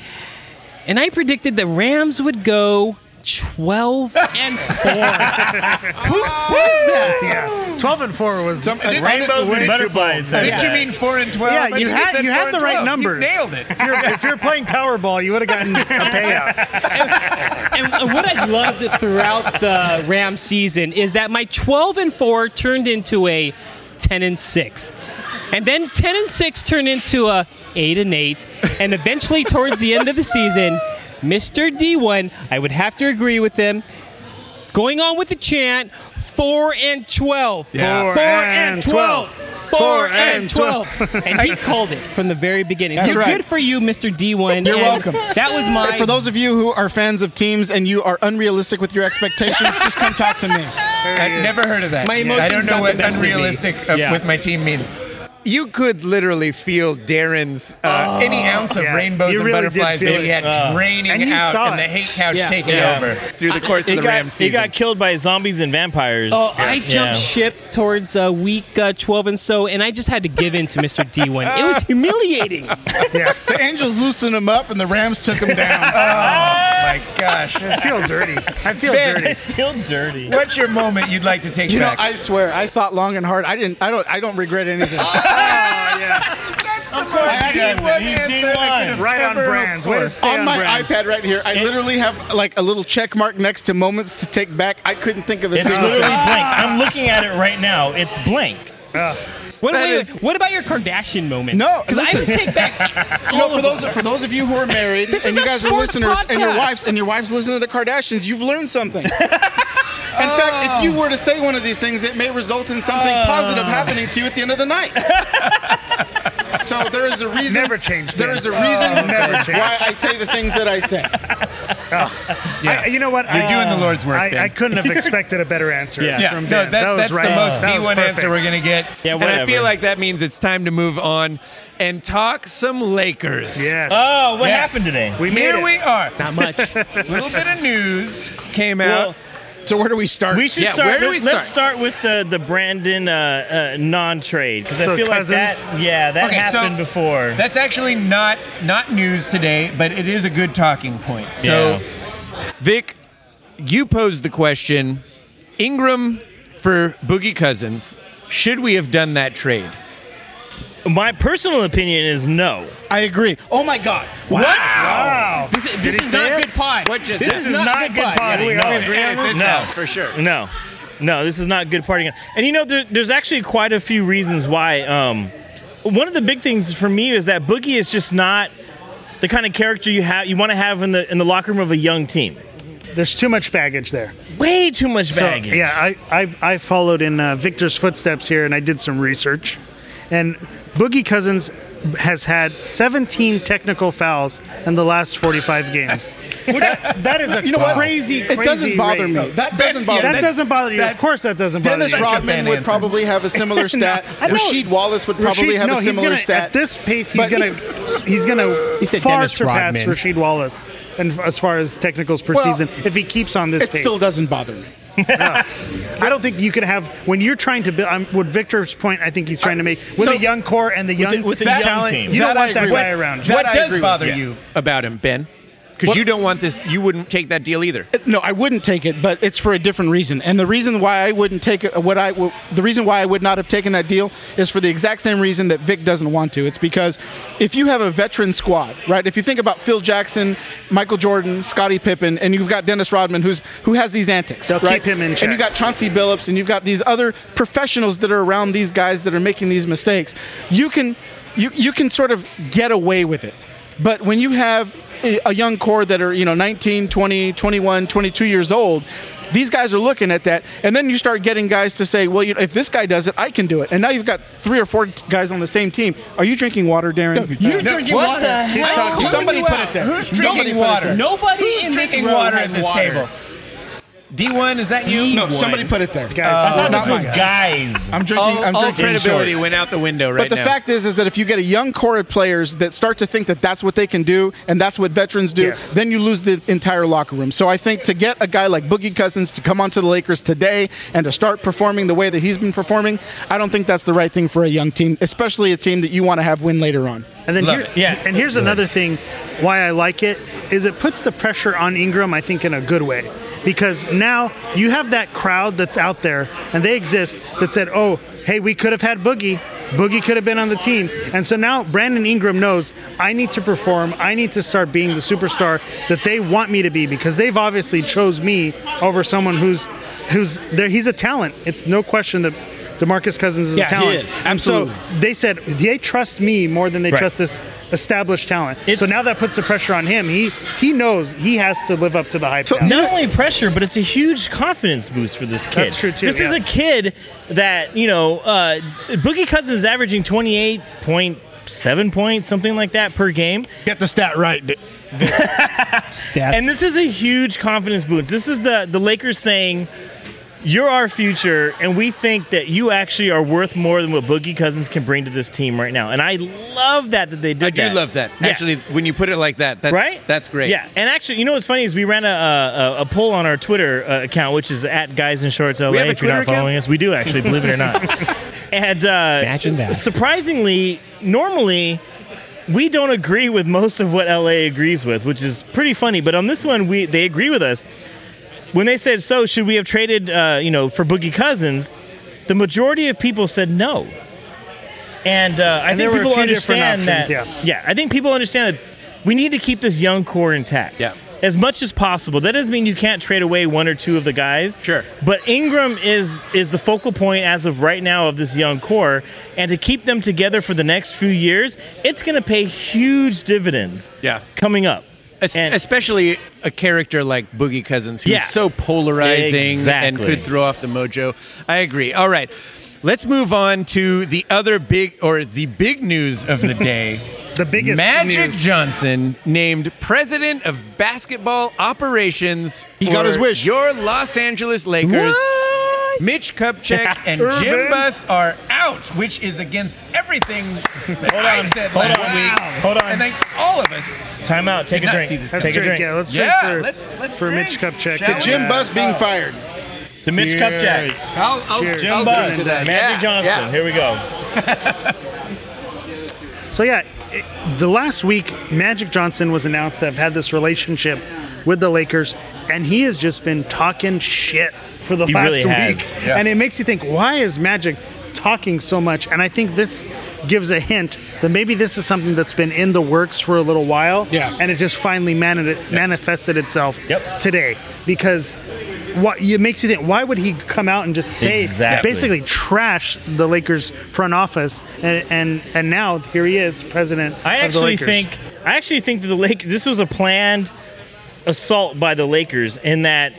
E: and I predicted the Rams would go twelve and four. [laughs] Who says that?
F: Yeah. Twelve and four was
B: Some-
A: uh,
F: way-
B: Rainbows
F: way
B: and
F: too
B: butterflies.
F: bold.
B: Did
F: Yeah.
A: Did you mean four and twelve?
F: Yeah, you had you had the right numbers.
A: You nailed it.
F: If you're, if you're playing Powerball, you would have gotten a payout.
E: and, and what I loved throughout the Ram season is that my 12 and 4 turned into a 10 and 6. And then 10 and 6 turned into a 8 and 8. And eventually, towards the end of the season, Mr. D1, I would have to agree with him, going on with the chant 4 and 12.
A: Yeah.
E: 4, and 12. 4, and 12. and he called it from the very beginning.
B: That's
E: so
B: right.
E: good for you, Mr.
B: [laughs]
E: D1.
B: You're
E: and
B: welcome.
E: That was my
B: For those of you who are fans of teams and you are unrealistic with your [laughs] expectations, just come talk to me.
A: I've never heard of that.
E: My emotions
A: I don't
E: got
A: know
E: the
A: what
E: best of me.
A: unrealistic uh,
E: Yeah.
A: with my team means. You could literally feel Darren's uh, any ounce of
F: Oh. yeah.
A: rainbows
F: You
A: and
F: really did
A: butterflies
F: feel
A: that he
F: it. Uh.
A: had
D: Oh.
A: draining
F: And you
A: out,
F: saw
A: Uh, and
F: it.
A: the hate couch
E: Yeah.
A: taking
D: Yeah.
A: over through [laughs] the course
D: He
A: of the
D: got,
A: Rams
D: he
A: season.
D: got killed by zombies and vampires.
E: Oh, I jumped
D: Yeah.
E: ship towards uh, week uh, 12 and so, and I just had to give in to Mr. D1. It
D: [laughs]
E: was
B: [laughs]
E: humiliating.
F: Yeah.
B: The Angels loosened him up, and the Rams took him [laughs] down.
A: oh my gosh!
F: I feel dirty. I feel
A: Ben.
F: dirty.
D: I feel dirty.
A: What's your moment you'd like to take
B: you know,
A: back?
B: I swear, I thought long and hard. I didn't. I don't. I don't regret [laughs] anything.
A: [laughs] of course,
B: he does.
D: He's D1.
F: Right on brand. Way to stay
B: on,
F: on
B: my
F: brand.
B: iPad right here, I literally have like a little check mark next to moments to take back. I couldn't think of a
D: It's
B: single
D: literally
B: thing.
D: blank. I'm looking at it right now. It's blank.
E: What,
A: That
E: wait, wait,
A: is-
E: what about your Kardashian moments?
B: No,
E: 'Cause I would
B: listen.
E: take
B: [laughs]
E: back. all
B: No, for
E: of
B: those
E: them.
B: for those of you who are married
E: [laughs] This
B: and
E: is
B: you
E: a
B: guys are
E: sports
B: listeners and your
E: podcast.
B: wives and your wives listen to the Kardashians, you've learned
F: [laughs]
B: something. In fact, if
F: Oh.
B: you were to say one of these things, it may result in something positive happening to you at the end of the
F: [laughs]
B: night. so there is a reason.
F: Never change.
B: There
F: man.
B: is a reason
F: Oh, never change.
B: why I say the things that I say.
F: I- you know what? Uh,
M: You're doing the Lord's work, Ben.
F: I, I couldn't
A: [laughs]
F: have expected a better answer.
A: Yeah,
F: from
A: no, that,
F: Ben. that was
A: that's
F: right.
A: the most
F: That was
A: D1 answer
F: perfect.
A: we're gonna get. and I feel
F: whatever.
A: like that means it's time to move on and talk some Lakers.
F: Yes.
D: Oh, what happened today?
A: We Here we are.
E: Not much.
A: A [laughs] little bit of news came out.
D: Well,
B: So where do we start?
D: We should
A: Yeah,
D: start.
A: where do
D: with-
A: we
D: Let's start with the the Brandon uh, uh, non-trade because I
F: So
D: feel like
F: Cousins?
D: that. Yeah, that
A: Okay, so-
D: happened before.
A: That's actually not not news today, but it is a good talking point. So, Vic, you posed the question: Ingram for Boogie Cousins. Should we have done that trade?
D: My personal opinion is no.
B: I agree. Oh my God.
D: What?
E: Wow. This, is-
D: Did
E: this
D: he
E: is
D: say
E: not
D: it?
E: good pod.
A: What just
E: this
A: happened?
E: is not good pod.
D: potty.
E: Yeah, we all agree on
D: no,
E: this?
D: no,
A: for sure.
D: No, no, this is not good potty. And you know, there, there's actually quite a few reasons why. Um, one of the big things for me is that Boogie is just not the kind of character you have you want to have in the in the locker room of a young team.
F: There's too much baggage there.
D: Way too much
F: So,
D: baggage.
F: yeah, I, I, I followed in uh, Victor's footsteps here and I did some research. And Boogie Cousins has had 17 technical fouls in the last 45 games.
D: [laughs]
F: Which, that is a
B: You know what?
F: crazy,
B: It doesn't
F: crazy
B: bother
F: rate.
B: me. That doesn't bother
F: That
B: me.
F: doesn't bother you.
B: That-
F: of course, that doesn't bother
B: Dennis
F: you.
B: Rodman would probably have a
F: [laughs]
B: similar stat.
F: I know.
B: Rashid Wallace would probably
F: Rasheed-
B: have
F: no,
B: a
F: he's
B: similar
F: gonna-
B: stat.
F: At this pace, he's
B: But-
F: gonna he's gonna
E: said
F: far
E: Dennis
F: surpass
E: Rodman.
F: Rasheed Wallace, and as far as technicals per
B: Well,
F: season, if he keeps on this
B: it
F: pace,
B: still doesn't bother me.
F: [laughs] I don't think you could have when you're trying to build. Um, with Victor's point, I think he's trying to make with
A: So-
F: a young core and the young
D: with a
F: that
D: young
F: talent,
D: team.
F: You
B: That
F: don't
B: I
F: want that
B: agree
F: guy
B: with.
F: around.
B: That
A: what
B: I
A: does
B: agree with,
A: bother
B: yeah.
A: you about him, Ben? Because
B: What-
A: you don't want this. You wouldn't take that deal either.
B: No, I wouldn't take it, but it's for a different reason. And the reason why I wouldn't take it, what I w- the reason why I would not have taken that deal is for the exact same reason that Vic doesn't want to. It's because if you have a veteran squad, right? If you think about Phil Jackson, Michael Jordan, Scottie Pippen, and you've got Dennis Rodman, who's who has these antics,
F: They'll
B: right?
F: keep him in
B: And you
F: check.
B: got Chauncey Billups, and you've got these other professionals that are around these guys that are making these mistakes. You can, you you can sort of get away with it, but when you have a a young core that are you know 19, 20, 21, 22 years old, these guys are looking at that, and then you start getting guys to say, well, you know, if this guy does it, I can do it. And now you've got three or four t- guys on the same team. Are you drinking water, Darren?
E: You're drinking
A: what
E: water.
A: the
E: Keep
A: hell?
E: talking.
B: Somebody put it there.
A: Who's
B: Somebody
A: drinking
B: put it
A: water?
B: there.
E: Nobody in this
A: Who's drinking
E: room
A: water
E: had
A: at this
E: water.
A: table? D1, is that you?
B: No, somebody put it there. Uh,
F: Guys,
B: Not
D: this was
B: me.
D: guys.
B: I'm drinking.
A: all,
B: I'm
A: all
B: drinking
A: credibility
B: shorts.
A: went out the window
B: but
A: right
B: the
A: now.
B: fact is, is that if you get a young core of players that start to think that that's what they can do and that's what veterans do,
F: Yes.
B: then you lose the entire locker room. So I think to get a guy like Boogie Cousins to come onto the Lakers today and to start performing the way that he's been performing, I don't think that's the right thing for a young team, especially a team that you want to have win later on.
F: And then
A: Love
F: here,
A: it.
D: Yeah.
F: And here's another thing why I like it is it puts the pressure on Ingram, I think, in a good way. Because now you have that crowd that's out there and they exist that said, oh, hey, we could have had Boogie. Boogie could have been on the team. And so now Brandon Ingram knows I need to perform. I need to start being the superstar that they want me to be because they've obviously chose me over someone who's who's there. He's a talent. It's no question that DeMarcus Cousins is
B: Yeah,
F: a
B: he
F: talent.
B: is.
F: And so
B: Absolutely.
F: they said they trust me more than they
D: Right.
F: trust this established talent. so
D: It's-
F: now that puts the pressure on him. He he knows he has to live up to the hype. now.
D: Not only pressure, but it's a huge confidence boost for this kid.
F: That's true, too,
D: This is
F: yeah.
D: a kid that you know, uh, Boogie Cousins is averaging twenty eight point seven points, something like that per game.
L: Get the stat right. d-
D: And this is a huge confidence boost. This is the the Lakers saying, "You're our future, and we think that you actually are worth more than what Boogie Cousins can bring to this team right now." And I love that that they did.
A: I do
D: that.
A: love that.
D: Yeah.
A: Actually, when you put it like that, that's
D: right?
A: that's great.
D: Yeah, and actually, you know what's funny is we ran a a, a poll on our Twitter uh, account, which is at Guys in Shorts LA.
A: We have a
D: if you're not
A: Twitter
D: following us, we do actually, believe it
A: [laughs]
D: or not. and uh,
E: Imagine that.
D: Surprisingly, normally. We don't agree with most of what LA agrees with, which is pretty funny. But on this one, we they agree with us. When they said, "So should we have traded, uh, you know, for Boogie Cousins?" the majority of people said no. And uh, I
F: And there
D: think
F: were a
D: people
F: few different
D: understand that.
F: options,
D: I think people understand that we need to keep this young core intact.
A: Yeah.
D: as much as possible. That doesn't mean you can't trade away one or two of the guys. Sure. But Ingram is is the focal point as of right now of this young core, and to keep them together for the next few years, it's going to pay huge dividends.
A: Yeah.
D: Coming up.
A: Es- especially a character like Boogie Cousins, who's
D: Yeah.
A: so polarizing and
D: Exactly.
A: could throw off the mojo. I agree. All right, let's move on to the other big or the big news of the day.
F: the biggest
A: Magic
F: news.
A: Johnson named president of basketball operations.
B: He got
A: for
B: his wish.
A: Your Los Angeles Lakers. Mitch Kupchak and Jim
B: Irvin.
A: Buss are out, which is against everything that
D: Hold
A: I
D: on,
A: said
D: hold
A: last
D: on,
A: week.
D: hold on.
A: And thank all of us
D: Time out. Take
A: Did
D: a
A: not
D: drink.
A: see this
F: Let's
D: Take a
F: drink,
D: drink.
F: yeah, let's drink
A: Yeah,
F: for,
A: let's- let's
F: for
A: drink.
F: Mitch Kupchak.
A: Shall
B: The Jim Bus being fired.
D: To Mitch
F: Cheers.
D: Kupchak.
A: I'll, I'll,
F: Cheers.
D: Jim Buss, Magic Johnson. Here we go.
F: So yeah, it, the last week Magic Johnson was announced to have had this relationship with the Lakers, and he has just been talking shit for the
D: He
F: last
D: really has.
F: week, and it makes you think why is Magic talking so much? And I think this gives a hint that maybe this is something that's been in the works for a little while,
B: Yeah.
F: and it just finally mani- manifested itself
D: Yep.
F: today because. What it makes you think? Why would he come out and just say
D: Exactly.
F: basically trash the Lakers front office, and and, and now here he is, president.
D: I
F: of the
D: actually
F: Lakers.
D: think I actually think that the Lakers this was a planned assault by the Lakers in that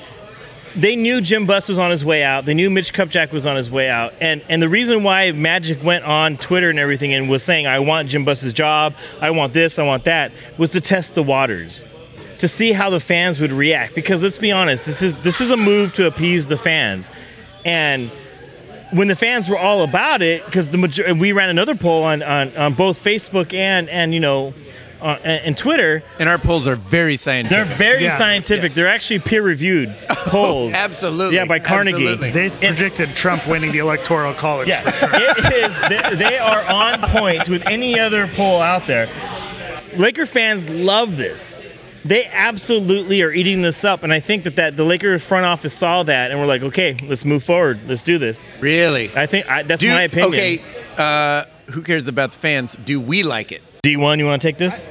D: they knew Jim Buss was on his way out. They knew Mitch Kupchak was on his way out. And and the reason why Magic went on Twitter and everything and was saying, I want Jim Buss's job, I want this, I want that, was to test the waters. To see how the fans would react. Because let's be honest, this is this is a move to appease the fans. And when the fans were all about it, because the major- we ran another poll on, on, on both Facebook and and you know, uh, and, and Twitter.
A: And our polls are very
D: They're
A: scientific.
D: very
F: Yeah.
D: scientific.
A: Yes.
D: They're actually peer reviewed
A: [laughs]
D: polls.
A: absolutely.
D: Yeah, by Carnegie.
A: Absolutely.
F: they
D: It's-
F: predicted Trump winning the electoral
A: [laughs]
F: college.
D: Yeah, it is. They, they are on point with any other poll out there. Laker fans love this. They absolutely are eating this up, and I think that, that the Lakers front office saw that and were like, okay, let's move forward. Let's do this.
A: really.
D: I think I, that's
A: Do-
D: my opinion.
A: Okay, uh, who cares about the fans? Do we like it?
D: D1, you want to take this?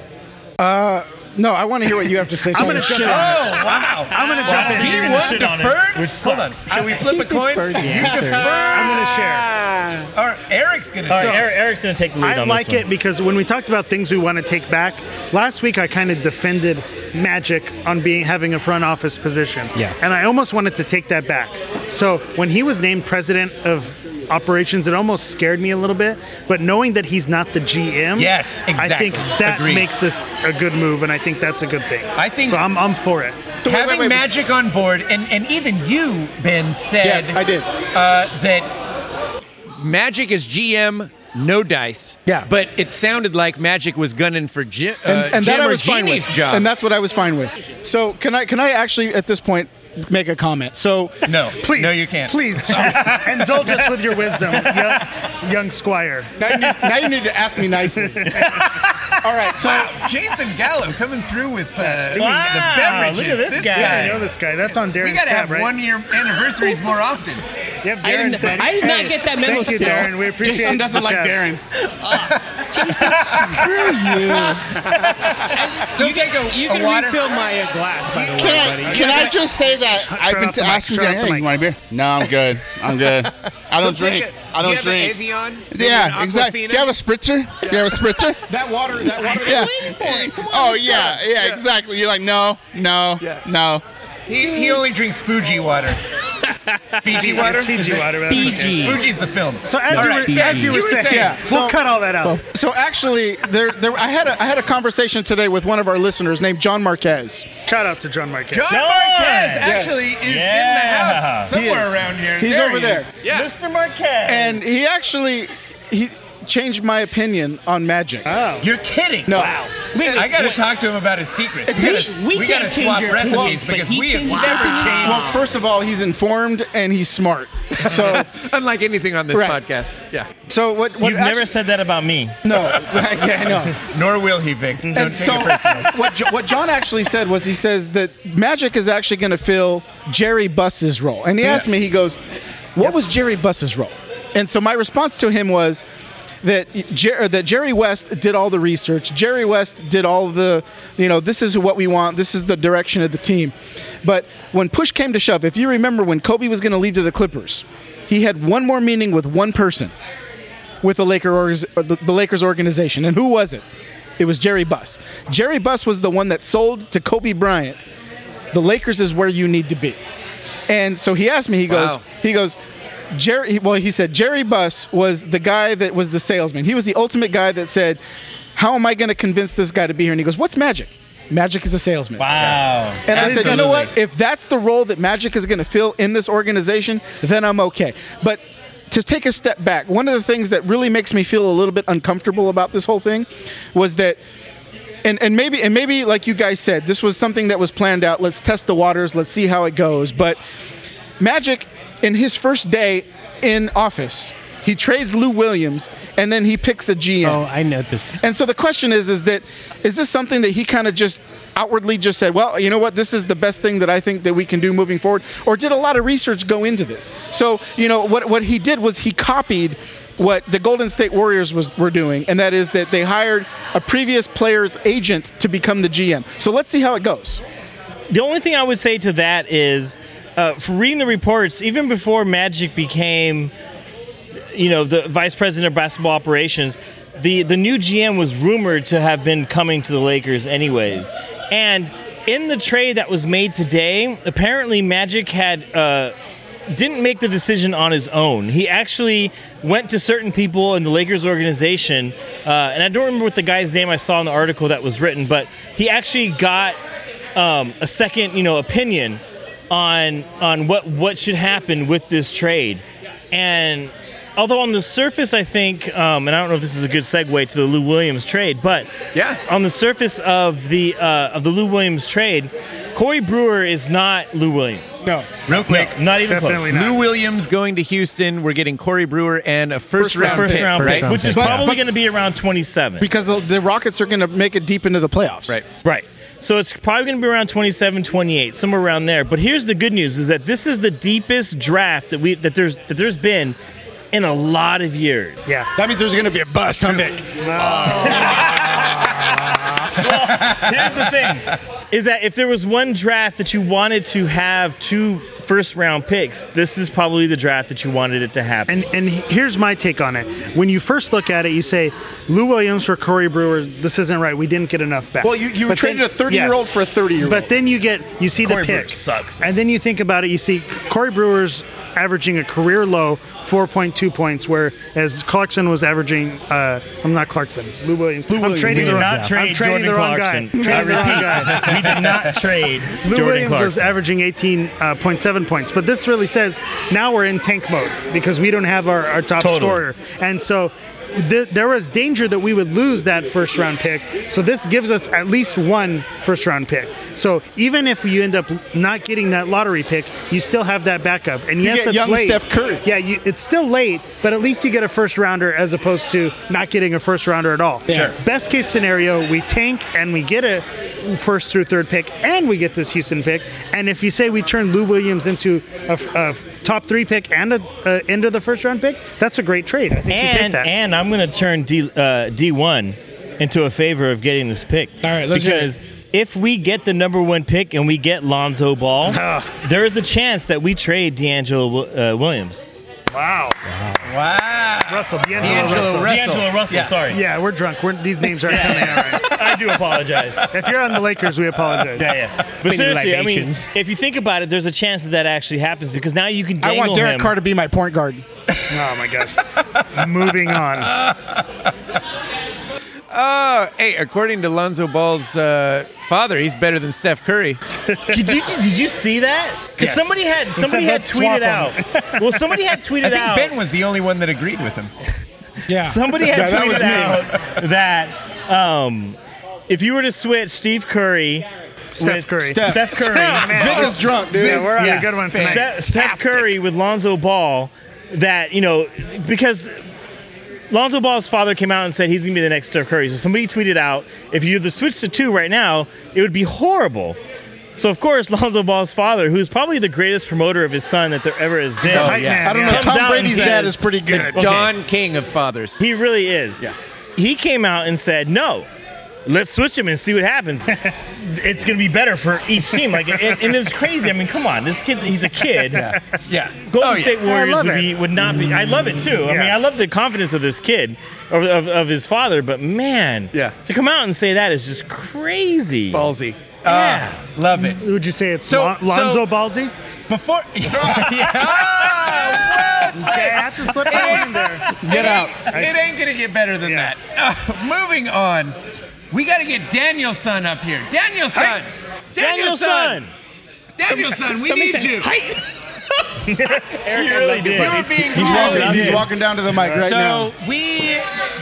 B: uh, No, I want to hear what you have [laughs] to say. so I'm
F: gonna
B: shit
F: jump
B: on it.
A: Oh, wow! I'm
F: gonna jump in.
A: Do
F: You're
A: you
F: gonna
A: want
F: shit on it,
A: deferred?
F: which
A: Hold on.
F: sucks.
A: Should we flip a coin?
L: deferred the
A: you
L: answer.
A: defer.
F: I'm going to share.
A: Or Eric's gonna.
D: All right,
A: say
D: Eric, Eric's gonna take the lead
F: I
D: on
F: like
D: this
F: it because when we talked about things we want to take back, last week I kind of defended Magic on being having a front office position.
L: Yeah.
F: And I almost wanted to take that back. So when he was named president of operations, it almost scared me a little bit. But knowing that he's not the GM,
A: Yes,
F: I think
A: exactly.
F: that
A: Agreed.
F: makes this a good move, and I think that's a good thing.
A: I think-
F: so. I'm, I'm for it.
A: having magic on board, and, and even you, Ben, said
B: Yes, I did.
A: uh, that magic is GM, no dice.
B: Yeah.
A: but it sounded like magic was gunning for Jim, uh,
B: and, and
A: Jim
B: that I
A: or
B: was fine
A: Jeannie's
B: with.
A: job.
B: And that's what I was fine with. So can I can I actually at this point make a comment? So
A: no,
F: [laughs] Please,
A: no, you can't.
F: Please indulge us with your wisdom, young, young squire.
B: now you, need, now you need to ask me
F: [laughs]
B: nicely. All right, so
A: Wow, Jason Gallo coming through with uh, the
D: Wow,
A: beverages.
D: look at this guy.
F: I know this guy. That's on Darren's
A: We gotta
F: tab,
A: have
F: right?
A: one year anniversaries more often.
F: Yep,
E: I
F: Darren's
E: didn't-
F: buddy.
E: I did not get that memo
F: Thank you,
E: still.
F: Darren. We appreciate
B: Jason doesn't like
F: Yeah.
B: Darren.
E: [laughs]
B: [laughs]
E: Jason, screw you.
A: You take a,
E: You
A: a
E: can
A: water.
E: refill my uh, glass, by the way, buddy.
M: Can I, can I just say that I've been
F: off the mic,
M: asking
F: shut off the
M: Dan, hey,
F: mic."
M: you want a beer? No, I'm good. I'm good. I don't drink. I don't drink. yeah, exactly. Do you have a spritzer? Do you have a spritzer?
B: [laughs] That water, that water.
M: yeah. oh yeah, yeah, exactly. You're like no, no,
A: Yeah.
M: no.
A: He, he only drinks Fuji water. [laughs] Fiji water?
F: It's Fiji water. but that's okay.
E: BG.
A: Fuji's the film.
F: So as
A: All
F: you,
A: right,
F: were, as you were saying,
B: Yeah, so-
F: we'll cut all that out.
B: So actually, there, there, I had a, I had a conversation today with one of our listeners named John Marquez.
F: Shout out to John Marquez.
A: John
D: John!
A: Marquez actually is
D: Yeah.
A: in the house somewhere
B: is.
A: around here.
B: He's over
A: he
B: there.
A: is. Yeah.
D: Mr. Marquez.
B: and he actually he changed my opinion on magic.
A: Oh. You're kidding.
B: No.
A: I got to talk to him about his secrets.
B: It's- we-
E: we
A: We gotta- we got to
E: can't change
A: swap
E: your
A: recipes
E: clothes, but
A: because
E: he
A: we have
E: changed-
A: never
E: Wow.
A: changed.
B: Well, first of all, he's informed and he's smart. So,
A: [laughs] Unlike anything on this
B: Right.
A: podcast. Yeah.
B: so what? what
D: You've
B: actu-
D: never said that about me.
B: no. [laughs] yeah, I know.
A: [laughs] Nor will he, Vic. Don't
B: And
A: take
B: so,
A: it personal.
B: [laughs] what, Jo- what John actually said was he says that Magic is actually going to fill Jerry Buss's role. And he asked me, he goes, What was Jerry Buss's role? And so my response to him was, that Jer- uh, that Jerry West did all the research. Jerry West did all the, you know, this is what we want. This is the direction of the team. But when push came to shove, if you remember when Kobe was going to leave to the Clippers, he had one more meeting with one person, with the Laker org- uh, the, the Lakers organization, and who was it? It was Jerry Buss. Jerry Buss was the one that sold to Kobe Bryant. The Lakers is where you need to be. And so he asked me. He goes.
A: Wow.
B: He goes. Jerry. Well, he said Jerry Buss was the guy that was the salesman. He was the ultimate guy that said, "How am I going to convince this guy to be here?" And he goes, "What's magic? Magic is a salesman."
D: Wow.
B: And I said, you know what? If that's the role that Magic is going to fill in this organization, then I'm okay. But to take a step back, one of the things that really makes me feel a little bit uncomfortable about this whole thing was that. And, and maybe and maybe like you guys said, this was something that was planned out. Let's test the waters. Let's see how it goes. But Magic, in his first day in office, he trades Lou Williams and then he picks a GM. Oh,
E: I know this.
B: And so the question is, is that is this something that he kind of just outwardly just said, well, you know what, this is the best thing that I think that we can do moving forward, or did a lot of research go into this? So you know what what he did was he copied what the Golden State Warriors was, were doing, and that is that they hired a previous player's agent to become the GM. So let's see how it goes.
D: The only thing I would say to that is, uh, from reading the reports, even before Magic became, you know, the vice president of basketball operations, the the new GM was rumored to have been coming to the Lakers anyways, and in the trade that was made today, apparently Magic had. Uh, didn't make the decision on his own. He actually went to certain people in the Lakers organization, uh, and I don't remember what the guy's name I saw in the article that was written, but he actually got um, a second, you know, opinion on on what what should happen with this trade. And although on the surface, I think, um, and I don't know if this is a good segue to the Lou Williams trade, but yeah, on the surface of the uh, of the Lou Williams trade, Corey Brewer is not Lou Williams.
B: No,
A: Real quick,
D: not even close.
A: Lou Williams going to Houston. We're getting Corey Brewer and a first, round
D: first
A: pick,
D: round
A: right?
D: pick, which is probably going to be around 27.
B: Because the, the Rockets are going to make it deep into the playoffs.
A: Right.
D: Right. So it's probably going to be around 27, 28, somewhere around there. But here's the good news is that this is the deepest draft that we that there's that there's been in a lot of years.
B: Yeah. That means there's going to be a bust, huh, Vic?
D: Here's the thing is that if there was one draft that you wanted to have two first round picks, this is probably the draft that you wanted it to happen.
F: And and here's my take on it. When you first look at it, you say Lou Williams for Corey Brewer. This isn't right. We didn't get enough back.
B: Well, you- you traded a 30-year-old for a 30-year-old.
F: But then you get you see
D: Corey
F: the
D: Brewer
F: pick
D: sucks.
F: and then you think about it. You see Corey Brewer's averaging a career low 4.2 points, whereas Clarkson was averaging. Uh, I'm not Clarkson. Lou Williams. Lou I'm
D: Williams.
F: trading
D: We
F: the
D: did
F: wrong
D: not trade
F: I'm trading
D: Jordan
F: the wrong
D: Clarkson.
F: [laughs] guy.
D: I
F: Trading the wrong
D: repeat,
F: guy.
D: we did
F: [laughs]
D: not trade
F: Lou
D: Jordan
F: Williams was
D: Clarkson.
F: averaging 18.7 points, but this really says now we're in tank mode because we don't have our, our top
D: Totally.
F: scorer. And so th- there was danger that we would lose that first round pick. So this gives us at least one first round pick. So even if you end up not getting that lottery pick, you still have that backup. And
B: You
F: yes,
B: get
F: it's
B: young
F: late.
B: Steph Curry.
F: Yeah, you, it's still late, but at least you get a first rounder as opposed to not getting a first rounder at all.
B: Yeah. Sure.
F: Best case scenario, we tank and we get a first through third pick, and we get this Houston pick. And if you say we turn Lou Williams into a, a top three pick and a, a end of the first round pick, that's a great trade. I think you take
D: and
F: that.
D: and I'm going to turn D uh, D one into a favor of getting this pick. All right,
F: let's hear it.
D: because if we get the number one pick and we get Lonzo Ball,
F: Ah.
D: there is a chance that we trade D'Angelo Wi- uh, Williams.
F: Wow.
A: Wow.
F: Russell.
D: D'Angelo Russell. D'Angelo Russell,
F: Yeah.
D: sorry.
F: Yeah, we're drunk. We're, these names aren't coming out right.
D: I do apologize.
F: [laughs] If you're on the Lakers, we apologize.
D: Yeah, yeah. But seriously, I mean, if you think about it, there's a chance that that actually happens because now you can.
B: I
D: Dangle
B: want Derek
D: him.
B: Carr to be my point guard.
F: Oh my gosh. Moving on.
A: [laughs] Oh, hey, according to Lonzo Ball's uh, father, he's better than Steph
F: [laughs]
A: Curry.
D: did you did you see that? Because
A: Yes.
D: somebody had
A: Let's
D: somebody
A: have-
D: had
A: let's swap
D: tweeted out. Well, somebody had
A: [laughs]
D: tweeted
A: I think
D: out.
A: Ben was the only one that agreed with him.
B: Yeah.
D: [laughs] Somebody
A: Yeah,
D: had
A: that was me.
D: tweeted out that um, if you were to switch Steve Curry.
F: Steph
D: with
F: Curry.
D: Steph,
F: Steph.
D: [laughs] Curry.
F: Steph, man. Vic is drunk, dude. Yeah, we're on a
D: Yes.
F: good one tonight.
D: Steph, Steph Curry with Lonzo Ball. That you know, because Lonzo Ball's father came out and said he's going to be the next Steph Curry. So somebody tweeted out, if you had the switch to two right now, it would be horrible. So of course [laughs] Lonzo Ball's father, who's probably the greatest promoter of his son that there ever has been,
A: Oh, yeah. I don't know,
D: comes
A: Tom
D: out and
A: Brady's
D: says-
A: dad is pretty good.
D: Okay.
A: John King of fathers. [laughs]
D: He really is. Yeah. He came out and said, no, let's switch him and see what happens. [laughs] it's going to be better for each team. Like, and, and it's crazy. I mean, come on. This kid's, he's a kid.
A: Yeah. Yeah.
D: Golden
A: Oh, yeah.
D: State
A: Oh, I
D: Warriors
A: love
D: would,
A: it.
D: be, would not be. I love it too. I
A: Yeah.
D: mean, I love the confidence of this kid, of, of, of his father, but man, yeah. to come out and say that is just crazy.
A: Ballsy.
D: Yeah.
A: love it.
F: Would you say it's
D: So-
F: Lon- Lonzo
D: so-
F: Ballsy?
A: [laughs] Before.
F: have to slip that in there.
A: It ain't- It ain't gonna get better than that. [laughs] moving on. We gotta get Danielson up here. Danielson. Danielson. Danielson, we
C: Somebody
A: need
C: said,
A: you.
C: "Hi."
B: [laughs]
D: you really did.
A: You're being
B: He's
A: called.
B: walking- he's walking down to the mic right
A: so
B: now.
A: So we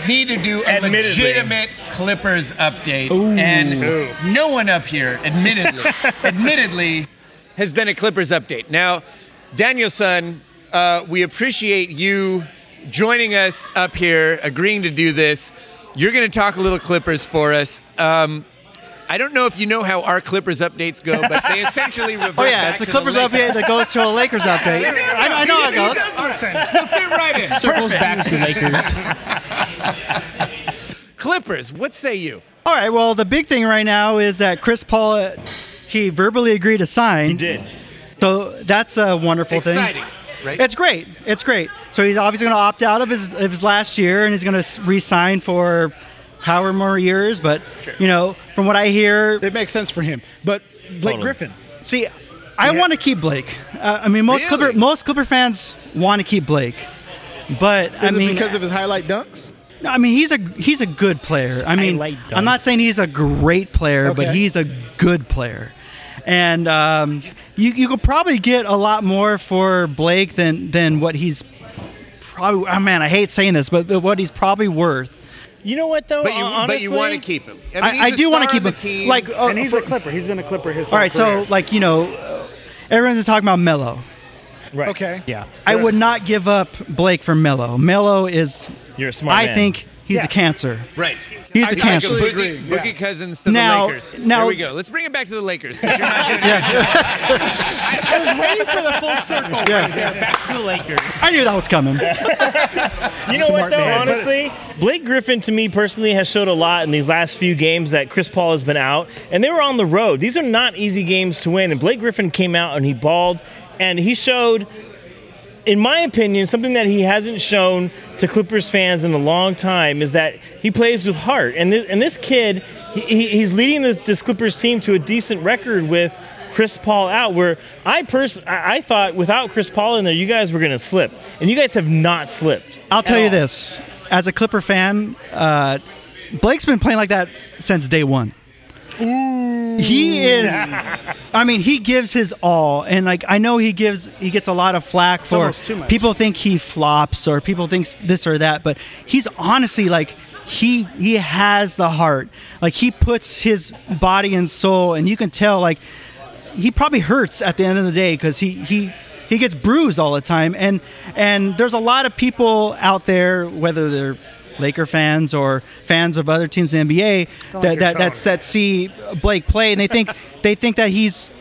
A: need to do a
D: Admittedly.
A: legitimate Clippers update, and no one up here, admittedly, [laughs] admittedly, has done a Clippers update. Now, Danielson, uh, we appreciate you joining us up here, agreeing to do this. You're going to talk a little Clippers for us. Um, I don't know if you know how our Clippers updates go, [laughs] but they essentially revert
L: [laughs] Oh yeah,
A: back
L: it's a
A: to
L: Clippers
A: the Lakers.
L: update that goes
A: [laughs]
L: to a Lakers update. I, I know how it goes. [laughs]
A: You'll fit right in.
L: Circles
A: Perfect.
L: back to Lakers.
A: [laughs] Clippers, what say you?
L: All right. Well, the big thing right now is that Chris Paul, uh, he verbally agreed to sign. He
D: did.
L: So that's a wonderful
A: Exciting,
L: thing.
A: right?
L: It's great. It's great. So he's obviously going to opt out of his of his last year, and he's going to re-sign for however more years. But you know, from what I hear, it
B: makes sense for him. But Blake Griffin.
L: See, I want to keep Blake. Uh, I mean, most Clipper most Clipper fans want to keep Blake, but I
B: Is
L: mean,
B: it because of his highlight dunks?
L: no, I mean, he's a he's a good player. I mean,
B: Highlight
L: I'm not saying he's a great player, but
B: Okay.
L: he's a good player, and um, you you could probably get a lot more for Blake than than what he's probably. Oh man, I hate saying this, but what he's probably worth.
D: You know what though?
A: But you,
D: Hon-
A: but you
D: honestly-
A: want to keep him.
L: I- I do wanna
A: want to
L: keep him. Like, uh,
F: and he's a Clipper. He's been a Clipper his whole
L: All right, so like you know, uh, everyone's talking about Melo.
D: Right.
F: [laughs] Okay.
L: Yeah. I would not give up Blake for Mello. Mello is.
D: You're a smart
L: I
D: man.
L: think he's a cancer.
A: Right.
L: He's
A: I
L: a
A: like
L: cancer.
A: Boogie, Boogie Cousins to
L: Now-
A: the Lakers.
L: now-
A: Here we go. Let's bring it back to the Lakers. 'cause you're
L: [laughs]
A: not doing
C: I was waiting for the full circle.
L: Yeah.
C: right there, back to the Lakers.
L: I knew that was coming.
D: You know what
L: Smart
D: though?
L: man.
D: Honestly, Blake Griffin to me personally has showed a lot in these last few games that Chris Paul has been out, and they were on the road. These are not easy games to win, and Blake Griffin came out and he balled, and he showed. In my opinion, something that he hasn't shown to Clippers fans in a long time is that he plays with heart. And this, and this kid, he- he, he's leading this, this Clippers team to a decent record with Chris Paul out. Where I pers- I I thought without Chris Paul in there, you guys were going to slip, and you guys have not slipped.
L: I'll tell
D: At
L: you
D: all.
L: this: as a Clipper fan, uh, Blake's been playing like that since day one. He is.
F: [laughs]
L: I mean, he gives his all, and like I know he gives, he gets a lot of flack for
F: almost too much.
L: people think he flops or people think this or that, but he's honestly like he he has the heart. Like he puts his body and soul, and you can tell like he probably hurts at the end of the day because he he he gets bruised all the time and and there's a lot of people out there whether they're Laker fans or fans of other teams in the NBA
B: Don't like
L: that
B: your
L: that,
B: tone.
L: that's, that see Blake play and they think they think that he's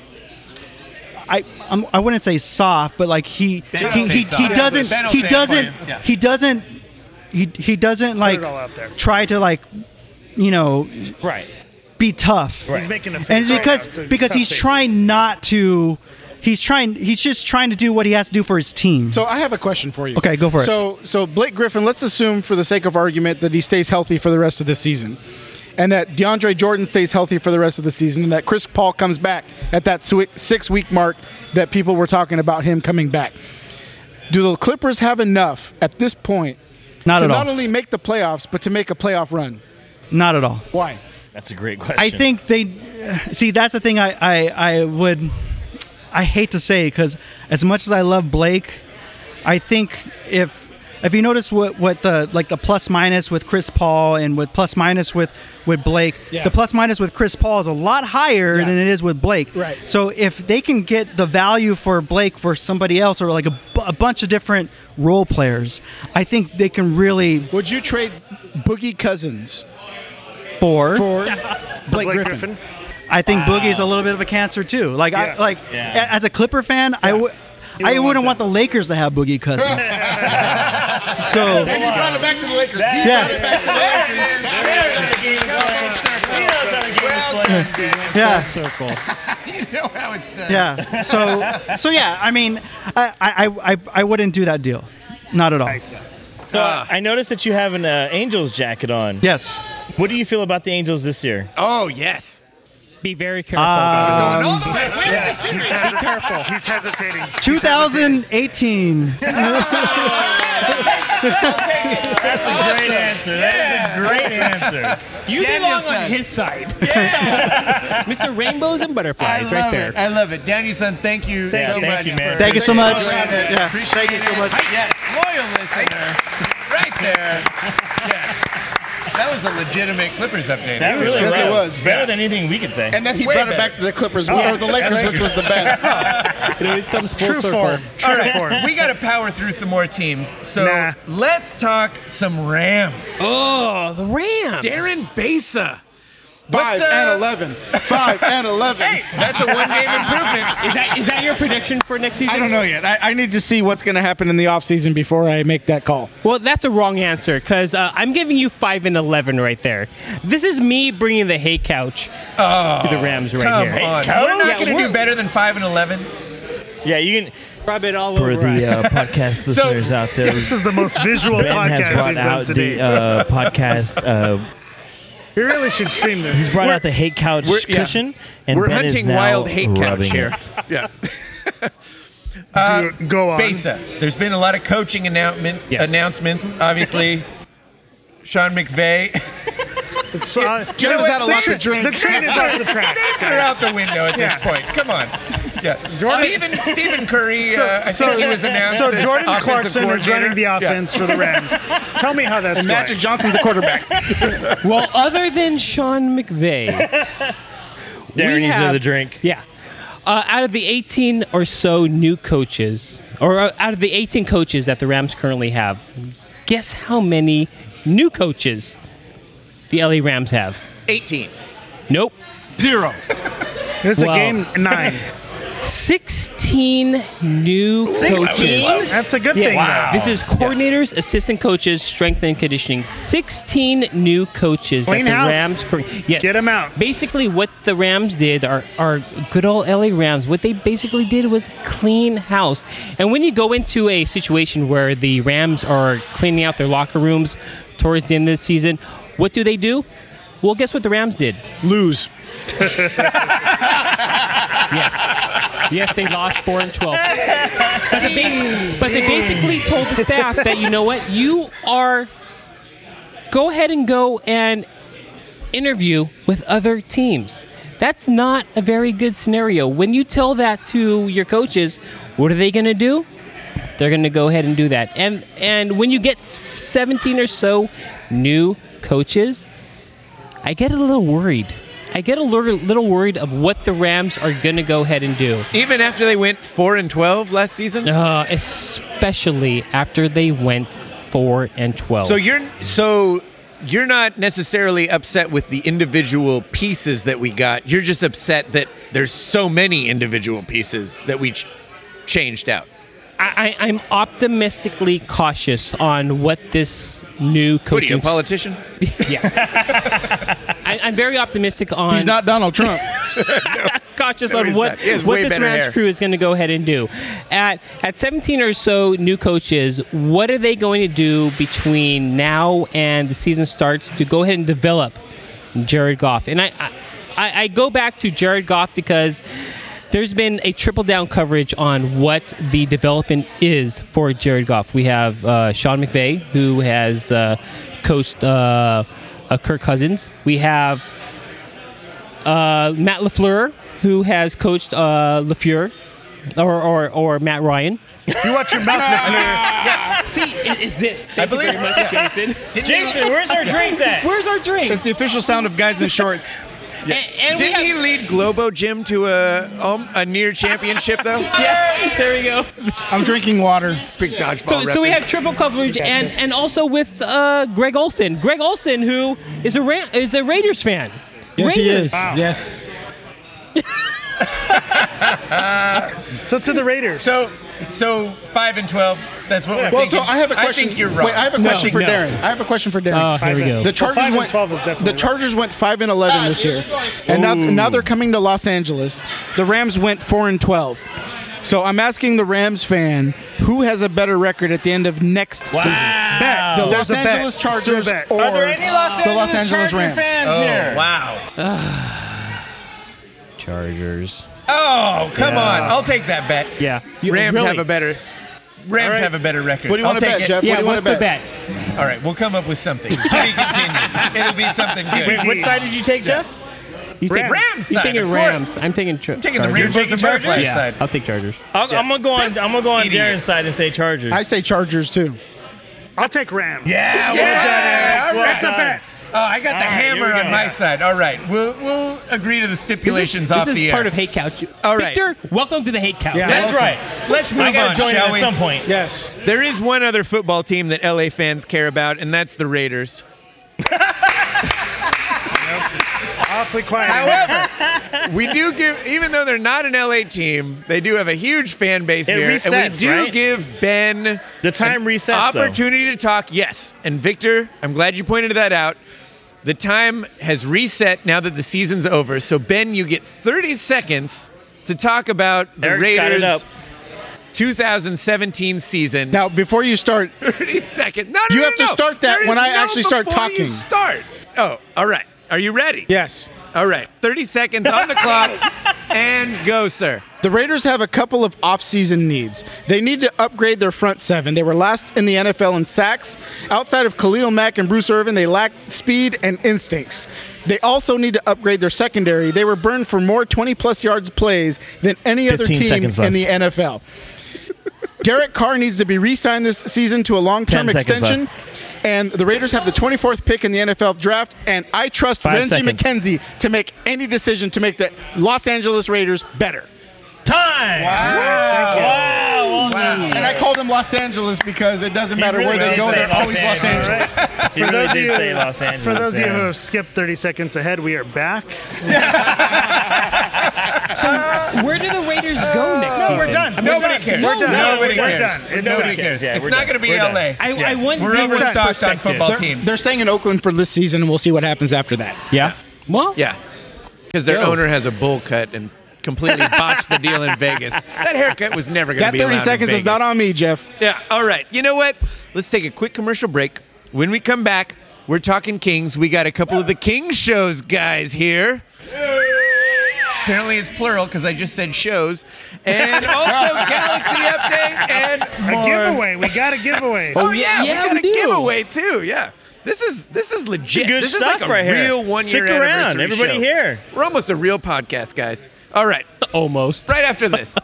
L: I I'm, I wouldn't say soft but like he
B: Ben will
L: he,
B: say
L: he,
B: soft.
L: he
B: Ben
L: doesn't
B: will- Ben will
L: he
B: say it for
L: doesn't
B: you. Yeah.
L: he doesn't he he doesn't like
F: all out there.
L: try to like you know
D: right
L: be tough.
F: Right. He's making a face
L: and it's
F: right
L: because
F: now. It's a
L: because
F: tough
L: he's
F: face.
L: trying not to. He's trying. He's just trying to do what he has to do for his
B: [laughs]
L: team.
B: So I have a question for you.
L: Okay, go for it.
B: So so Blake Griffin, let's assume for the sake of argument that he stays healthy for the rest of the season. And that DeAndre Jordan stays healthy for the rest of the season, and that Chris Paul comes back at that six week mark that people were talking about him coming back. Do the Clippers have enough at this point
L: Not
B: to
L: at all.
B: not only make the playoffs, but to make a playoff run?
L: not at all.
B: Why?
D: That's a great question.
L: I think they see. That's the thing. I I, I would. I hate to say because as much as I love Blake, I think if if you notice what what the like the plus minus with Chris Paul and with plus minus with with Blake,
B: Yeah.
L: the plus minus with Chris Paul is a lot higher than it is with Blake.
B: Right.
L: So if they can get the value for Blake for somebody else or like a, bu- a bunch of different role players, I think they can really
B: Would you trade Boogie Cousins
L: for
B: for Blake,
F: Blake
B: Griffin?
F: Griffin.
L: I think
E: Wow.
L: Boogie's a little bit of a cancer too. Like I
E: Yeah.
L: like
E: Yeah.
L: a- as a Clipper fan, I would.
E: He
L: I
E: wouldn't
L: wouldn't want the Lakers to have Boogie Cousins. so
M: And you brought it back to the Lakers.
L: That-
M: you brought it back to
D: the Lakers.
L: Yeah.
M: Full circle. You know how it's done.
L: yeah. So so yeah. I mean, I I I, I wouldn't do that deal, not at all.
D: So I noticed that you have an uh, Angels jacket on.
L: Yes.
D: What do you feel about the Angels this [laughs] year?
A: Oh yes.
E: Be very careful.
L: Um, Going all
A: the way.
E: Be careful.
F: He's hesitating.
L: 2018.
D: That's a great answer. That is a great
L: [laughs]
D: answer.
E: You
D: Damn
E: belong on
D: yourself.
E: his side. Mr. Rainbows and Butterflies,
D: I
E: right
D: love
E: there.
D: it.
A: I love it. Daniel son, thank you
E: Thank
A: so
E: you.
A: much.
E: Thank you, man.
A: for-
E: Thank you so much.
L: Yeah.
A: Thank you so much. Yes, loyal listener. Right there. Yes. That was a legitimate Clippers update.
D: That really
M: Yes, it
D: was.
M: was.
D: better than anything we could say. Oh,
M: And then he brought it back to the Clippers
A: Oh,
M: or the Lakers, which was the
D: [laughs]
M: best.
E: [laughs] It always comes full
M: True
E: circle.
M: form.
A: All right, we got to power through some more teams. So
E: Nah.
A: let's talk some Rams.
E: Oh, the Rams.
A: Darren Besa.
M: Five
A: What's, uh,
M: and eleven.
A: [laughs]
M: Five and eleven.
A: That's a one-game improvement.
E: Is that is that your prediction for next season?
N: I don't
M: oh,
N: know yet. I, I need to see what's going to happen in the offseason before I make that call.
E: Well, that's a wrong answer because uh, I'm giving you five and eleven right there. This is me bringing the hay couch to the Rams right
A: Come
E: here.
A: on. We're not going to do better than 5 and 11.
D: Yeah, you can
E: rub it all
G: For
E: over
G: the
E: us.
G: uh, podcast
D: [laughs]
G: listeners out there,
F: This is the most visual
G: ben
F: podcast
G: has brought
F: we've done
G: out
F: today.
G: the uh, podcast.
D: [laughs]
G: Uh,
F: We really should stream this.
G: he's brought out the hate couch
F: we're- yeah.
G: cushion, and
F: We're
G: ben is
F: hunting
G: now [laughs]
F: wild hate couch
G: rubbing
A: here.
F: [laughs]
G: it.
A: [laughs] Yeah.
F: Uh, Go on.
A: Besa. There's been a lot of coaching announcements. Announcements,
F: [laughs]
A: obviously. Sean McVay.
F: It's, uh,
A: [laughs] You know
F: Jim's
A: what?
F: had a lot
A: Names-
F: to [laughs] drink. The train is out of the tracks,
A: Names are
F: guys.
A: out the window at
F: Yeah.
A: this point. Come on. [laughs] Yeah.
F: Jordan-
A: Stephen, Stephen Curry, uh, I think he was announced
F: so
A: as
F: Jordan
A: offensive
F: Clarkson is
A: coordinator.
F: running the
A: Yeah.
F: offense for the [laughs] Rams. Tell me how that's
M: And Magic
F: going.
M: Johnson's a
F: [laughs]
M: quarterback.
E: well, other than Sean McVay,
D: Darren
E: we
D: needs
E: have-
D: another drink.
E: Yeah. Uh, out of the 18 or so new coaches, or uh, out of the 18 coaches that the Rams currently have, guess how many new coaches the LA Rams have?
A: 18.
E: Nope.
A: Zero.
F: This is
E: [laughs]
F: a game nine.
E: 16 new
F: Sixteen?
E: coaches.
F: That's a good thing, though.
E: This is coordinators, assistant coaches, strength and conditioning. 16 new coaches
F: Clean
E: that the
F: house.
E: Rams cur- yes.
F: Get 'em out.
E: Basically what the Rams did are our good old LA Rams what they basically did was clean house. And when you go into a situation where the Rams are cleaning out their locker rooms towards the end of the season, what do they do? Well, guess what the Rams did?
F: [laughs]
N: Lose.
E: [laughs] yes. Yes, they lost four and twelve.
F: [laughs]
E: But they, bas- but they basically told the staff that you know what, you are go ahead and go and interview with other teams. That's not a very good scenario. When you tell that to your coaches, what are they going to do? They're going to go ahead and do that. And and when you get 17 or so new coaches, I get a little worried. I get a little little worried of what the Rams are going to go ahead and do.
A: Even after they went 4 and 12 last season?
E: Uh, especially after they went 4 and 12.
A: So you're so you're not necessarily upset with the individual pieces that we got. You're just upset that there's so many individual pieces that we ch- changed out.
E: I, I, I'm [laughs] optimistically cautious on what this new coaching.
A: What are you, a
E: s-
A: politician?
E: I, I'm very optimistic on.
N: He's not Donald Trump.
E: [laughs] cautious
N: No,
E: on
N: he's
E: what
N: not. He has
E: what
N: way
E: this
N: better
E: Rams
N: hair.
E: crew is going to go ahead and do. At at 17 or so new coaches, what are they going to do between now and the season starts to go ahead and develop Jared Goff? And I I, I go back to Jared Goff because. There's been a triple down coverage on what the development is for Jared Goff. We have uh, Sean McVay, who has uh, coached uh, uh, Kirk Cousins. We have uh, Matt Lafleur, who has coached uh, Lafleur, or, or or Matt
A: [laughs]
E: Ryan.
F: You watch your mouth,
E: [laughs]
F: Lafleur.
E: See, it is this. Thank I believe you very much, Jason.
D: Jason, where's our drinks at?
E: Where's our drinks?
M: It's the official sound of guys in shorts.
E: And, and we
A: Didn't
E: have-
A: he lead Globo Gym to a um, a near championship
E: [laughs]
A: though?
E: yeah, there we go.
M: I'm drinking water.
A: Big dodgeball.
E: So, so we
A: reference.
E: have triple coverage, and, and also with uh, Greg Olson. Greg Olson, who is a Ra- is a Raiders fan.
N: Yes, he
E: Raiders.
N: is. Yes.
F: so to the Raiders.
A: So so five and twelve. That's what. We're
B: well,
A: thinking.
B: so I have a question.
A: I think you're wrong.
B: Wait, I have a question for Darren. I have a question for Darren.
A: Oh, here we go.
B: The
A: So
B: Chargers
A: five and
B: went
A: 12 is definitely
B: The Chargers went five and eleven this year, and now,
A: Ooh.
B: now they're coming to Los Angeles. The Rams went four and twelve. So I'm asking the Rams fan who has a better record at the end of next season.
F: Bet.
B: The
F: That's
B: Los
F: a bet.
B: Angeles
F: Let's do a
B: Chargers
F: bet.
B: or
F: Are there any Los
B: the Los
F: Angeles
B: Angeles
F: Charger
B: Rams.
F: fans
A: Oh
F: here?
A: wow.
G: Chargers.
A: oh come
G: Yeah.
A: on! I'll take that bet.
G: Yeah. You-
A: Rams
G: really?
A: have a better. Rams
G: All right.
A: have a better record.
G: What do you
A: I'll
G: wanna
A: take
G: bet,
A: it.
G: Jeff? What Yeah, do you wanna what's the bet?
A: All right, we'll come up with something. To be continued. It'll be something good.
E: Wait, which side did
A: you take, Jeff?
E: You
A: Rams.
E: think-
A: Rams
E: You
A: side,
E: thinking
A: of
E: Rams?
A: course.
E: I'm thinking. Tra-
A: I'm taking the Rams
E: Chargers.
A: over Butterfly
E: Yeah,
A: side.
E: I'll take Chargers.
D: I'll, I'm gonna go on. I'm gonna go on
E: idiot.
D: Darren's side and say Chargers.
B: I say
D: [laughs]
B: Chargers too.
F: I'll take Rams.
A: Yeah,
F: yeah.
A: well done, Eric. Well
F: that's a
A: done.
F: bet.
A: Oh, I got the
F: All right, here
A: hammer
F: we go.
A: on my side. All right, we'll we'll agree to the stipulations
E: this
A: off
E: is
A: the
E: part
A: air.
E: of Hate Couch.
A: All right.
E: Victor, welcome to the Hate Couch.
A: Yeah, that's right. Let's move
D: I gotta
A: on,
D: join in
A: shall
D: at
A: we?
D: some point.
B: Yes.
A: There is one other football team that LA fans care about, and that's the [laughs] Raiders.
F: Awfully quiet.
A: However, [laughs] we do give, even though they're not an LA team, they do have a huge fan base
D: It
A: here, and
D: resets,
A: we do
D: right?
A: give Ben
D: The time
A: an
D: resets, though.
A: opportunity to talk. Yes, and Victor, I'm glad you pointed that out. The time has reset now that the season's over. So Ben, you get 30 seconds to talk about the
D: Eric's got it
A: Raiders.
D: up.
A: 2017 season.
B: Now, before you
A: [laughs]
B: start,
A: 30 seconds. No, no,
B: You
A: no,
B: have to
A: no.
B: start that
A: There is
B: when I
A: no
B: actually start
A: before you
B: talking.
A: start. Oh, all right. Are you ready?
B: Yes.
A: All right. 30 seconds on the clock and go, sir.
B: The Raiders have a couple of offseason needs. They need to upgrade their front seven. They were last in the NFL in sacks. Outside of Khalil Mack and Bruce Irvin, they lack speed and instincts. They also need to upgrade their secondary. They were burned for more 20 plus yards plays than any other
G: 15
B: team
G: seconds
B: in the NFL. Derek Carr needs to be re signed this season to a long term
G: 10 seconds
B: extension. And the Raiders have the 24th pick in the NFL draft. And I trust
G: Five
B: Renzi
G: seconds.
B: McKenzie to make any decision to make the Los Angeles Raiders better.
D: Time. Wow. Wow.
B: And I call them Los Angeles because it doesn't matter where they go, they're always Los Angeles.
F: [laughs]
D: He really did say Los Angeles.
F: For those of you
D: yeah.
F: who have skipped 30 seconds ahead, we are back.
E: So where do the Raiders
A: Uh,
E: go next
F: No,
E: season?
F: we're done. We're
A: Nobody
F: done.
A: cares.
F: We're done.
A: Nobody
F: We're
A: cares.
F: done. It's
A: Nobody
F: done.
A: cares.
F: Yeah,
A: it's
F: we're
A: not
F: done.
A: going to be
F: We're
A: LA.
F: done.
E: I, I want
A: We're
E: Denver's
A: overstocked on
E: perspective.
A: football
B: They're,
A: teams.
B: they're staying in Oakland for this season, and we'll see what happens after that.
G: Yeah.
E: Well,
A: yeah. Because their
B: Yo.
A: owner has a bull cut and completely botched the deal
B: [laughs]
A: in Vegas. That haircut was never going to
B: That
A: be
B: 30
A: allowed in
B: seconds is
A: Vegas.
B: not on me, Jeff.
A: Yeah, all right. You know what? Let's take a quick commercial break. When we come back, we're talking Kings. We got a couple of the King shows guys here. Apparently it's plural because I just said shows.
F: [laughs]
A: And [laughs] also Galaxy Update and
F: A
A: more.
F: giveaway. We got a giveaway.
A: Oh, yeah,
E: yeah,
A: we got
E: we
A: a
E: do.
A: giveaway too. Yeah. This is this is legit.
D: Good
A: this
D: stuff
A: is like a
D: right here.
A: real one year
D: Stick around,
A: anniversary
D: everybody
A: show.
D: here.
A: We're almost a real podcast, guys. All right.
E: Almost.
A: Right after
D: [laughs]
A: this.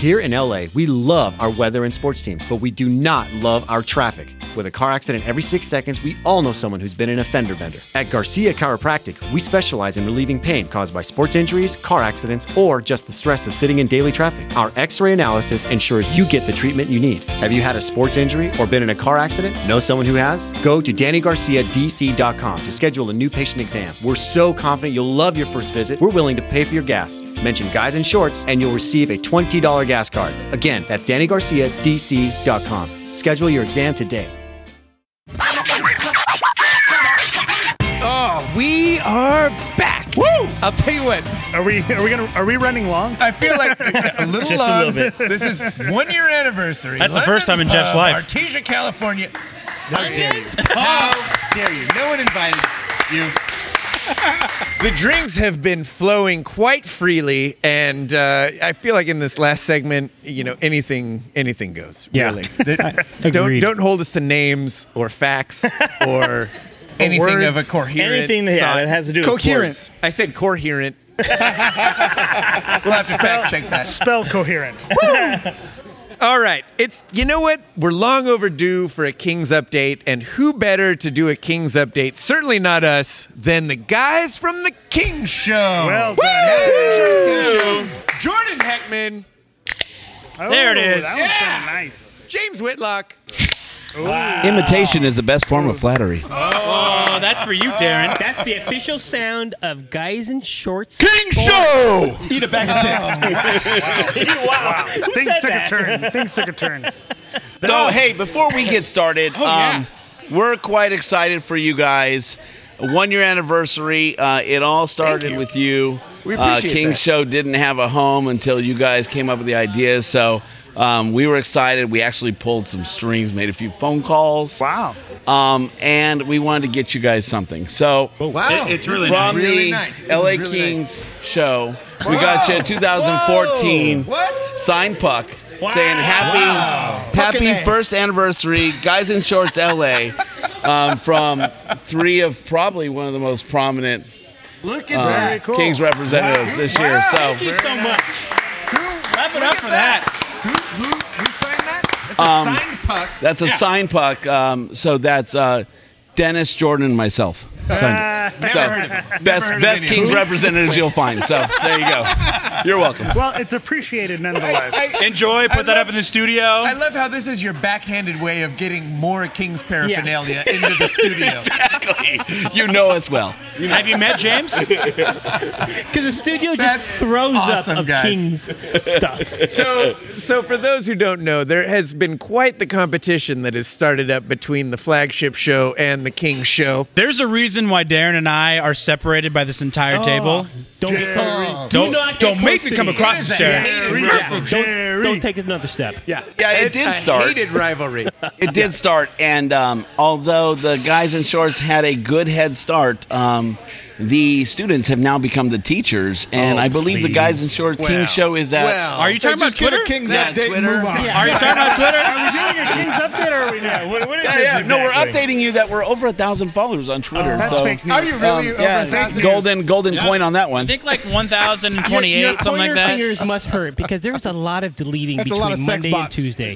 O: Here in LA, we love our weather and sports teams, but we do not love our traffic. With a car accident every six seconds, we all know someone who's been in a fender bender. At Garcia Chiropractic, we specialize in relieving pain caused by sports injuries, car accidents, or just the stress of sitting in daily traffic. Our x ray analysis ensures you get the treatment you need. Have you had a sports injury or been in a car accident? Know someone who has? Go to DannyGarciaDC.com to schedule a new patient exam. We're so confident you'll love your first visit, we're willing to pay for your gas. Mention Guys in Shorts and you'll receive a $20 gas card. Again, that's DannyGarciaDC.com. Schedule your exam today.
A: Oh, we are back. Woo! I'll tell you what.
F: Are we are we gonna are we running long?
A: I feel
D: [laughs]
F: [laughs]
A: like a little
D: Just a
A: long.
D: little bit.
A: This is one year anniversary.
D: That's the first time in Jeff's
A: Pub,
D: life.
A: Artesia, California.
D: How dare you.
A: How dare you? No one invited you. The drinks have been flowing quite freely, and uh, I feel like in this last segment, you know, anything anything goes.
G: Yeah.
D: [laughs]
A: Really. The- don't
G: Agreed.
A: don't hold us to names or facts
D: [laughs]
A: or anything
D: words.
A: of a coherent.
D: Anything that- yeah,
A: thought.
D: that has to do with Coherent. sports.
A: I said coherent. we'll have to fact check that.
F: Spell coherent. [laughs]
A: All right. It's you know what? We're long overdue for a Kings update, and who better to do a Kings update? Certainly not us, than the guys from the Kings show.
F: Well
A: Woo!
F: done.
A: Kings Show. Jordan Heckman,
F: Oh,
D: There it is.
F: That was so nice.
A: James Whitlock.
H: Imitation is the best form of flattery.
E: Oh, that's for you, Darren. That's the official sound of guys in shorts.
H: King Show!
E: Eat a bag of dicks. [laughs] wow. Who
F: Things
E: said
F: took
E: that? [laughs]
F: a turn. Things took a turn.
A: Oh.
H: So hey, before we get started, um, we're quite excited for you guys. One year anniversary. Uh, it all started with you.
A: We appreciate
H: uh, King
A: that.
H: Show didn't have a home until you guys came up with the idea. So um, we were excited. We actually pulled some strings, made a few phone calls. Wow. Um, and we wanted to get you guys something. So
A: Oh, Wow.
H: it- it's
A: This
H: really
A: is
H: from
A: really
H: the
A: nice. This is
H: LA
A: really
H: Kings show. We got you a 2014
A: What?
H: signed puck saying happy happy
A: Puckin' A.
H: first anniversary, guys in shorts, LA, um, from three of probably one of the most prominent
A: Look
H: uh, Kings representatives this year. So
E: Thank you so much. Wrap it up for that.
H: um, that's a sign puck. Um, so that's uh, Dennis Jordan and myself. Signed it.
F: Uh, Never
H: so
F: heard of it. Never
H: best
F: heard of
H: best
F: any of
H: Kings
F: them.
H: representatives you'll find. So there you go. You're welcome.
F: Well, it's appreciated nonetheless.
A: Enjoy.
F: put that up in
A: the studio. I love how this is your backhanded way of getting more Kings paraphernalia
F: [laughs]
A: into the
H: [laughs]
A: studio.
H: exactly. You know us well.
C: Have you met James?
E: Because the studio just throws up of Kings stuff.
A: So, so for those who don't know, there has been quite the competition that has started up between the flagship show and the King show.
C: There's a reason why Darren and I are separated by this entire
E: Oh,
C: table.
E: Don't get
C: Don't-
E: close. Do not get
C: don't
E: close
C: make me
E: to
C: come across as Darren.
E: Jerry. Yeah, Don't, don't take another step.
A: Yeah.
H: [laughs] Yeah, it
A: It's
H: did
A: a
H: start.
A: Hated rivalry.
H: It did start, and um, although the guys in shorts had a good head start, um, the students have now become the teachers, and
F: Oh,
H: I believe the guys in shorts King
A: Well.
H: show is at.
A: Well.
C: Are you talking about
M: Just get
C: Twitter?
M: a Kings
H: Yeah,
M: update and
H: Twitter.
M: move on.
C: Are you talking about Twitter?
F: Are we
B: [laughs]
F: doing a Kings update or are we not? [laughs] What, what is
H: Yeah,
F: this
H: yeah. No, we're
F: exactly? Oh,
H: updating you that we're over a thousand followers on Twitter.
F: that's
H: so, um,
F: fake news. Are you really over
H: yeah,
F: 1,000?
H: golden golden coin on that one.
E: I
C: think like [laughs] 1,028,
E: your, your
C: something like
E: pointer
C: that.
E: fingers must hurt because there was a lot of deleting
M: That's a
E: between
M: lot of sex
E: Monday
M: bots. [laughs]
E: and Tuesday.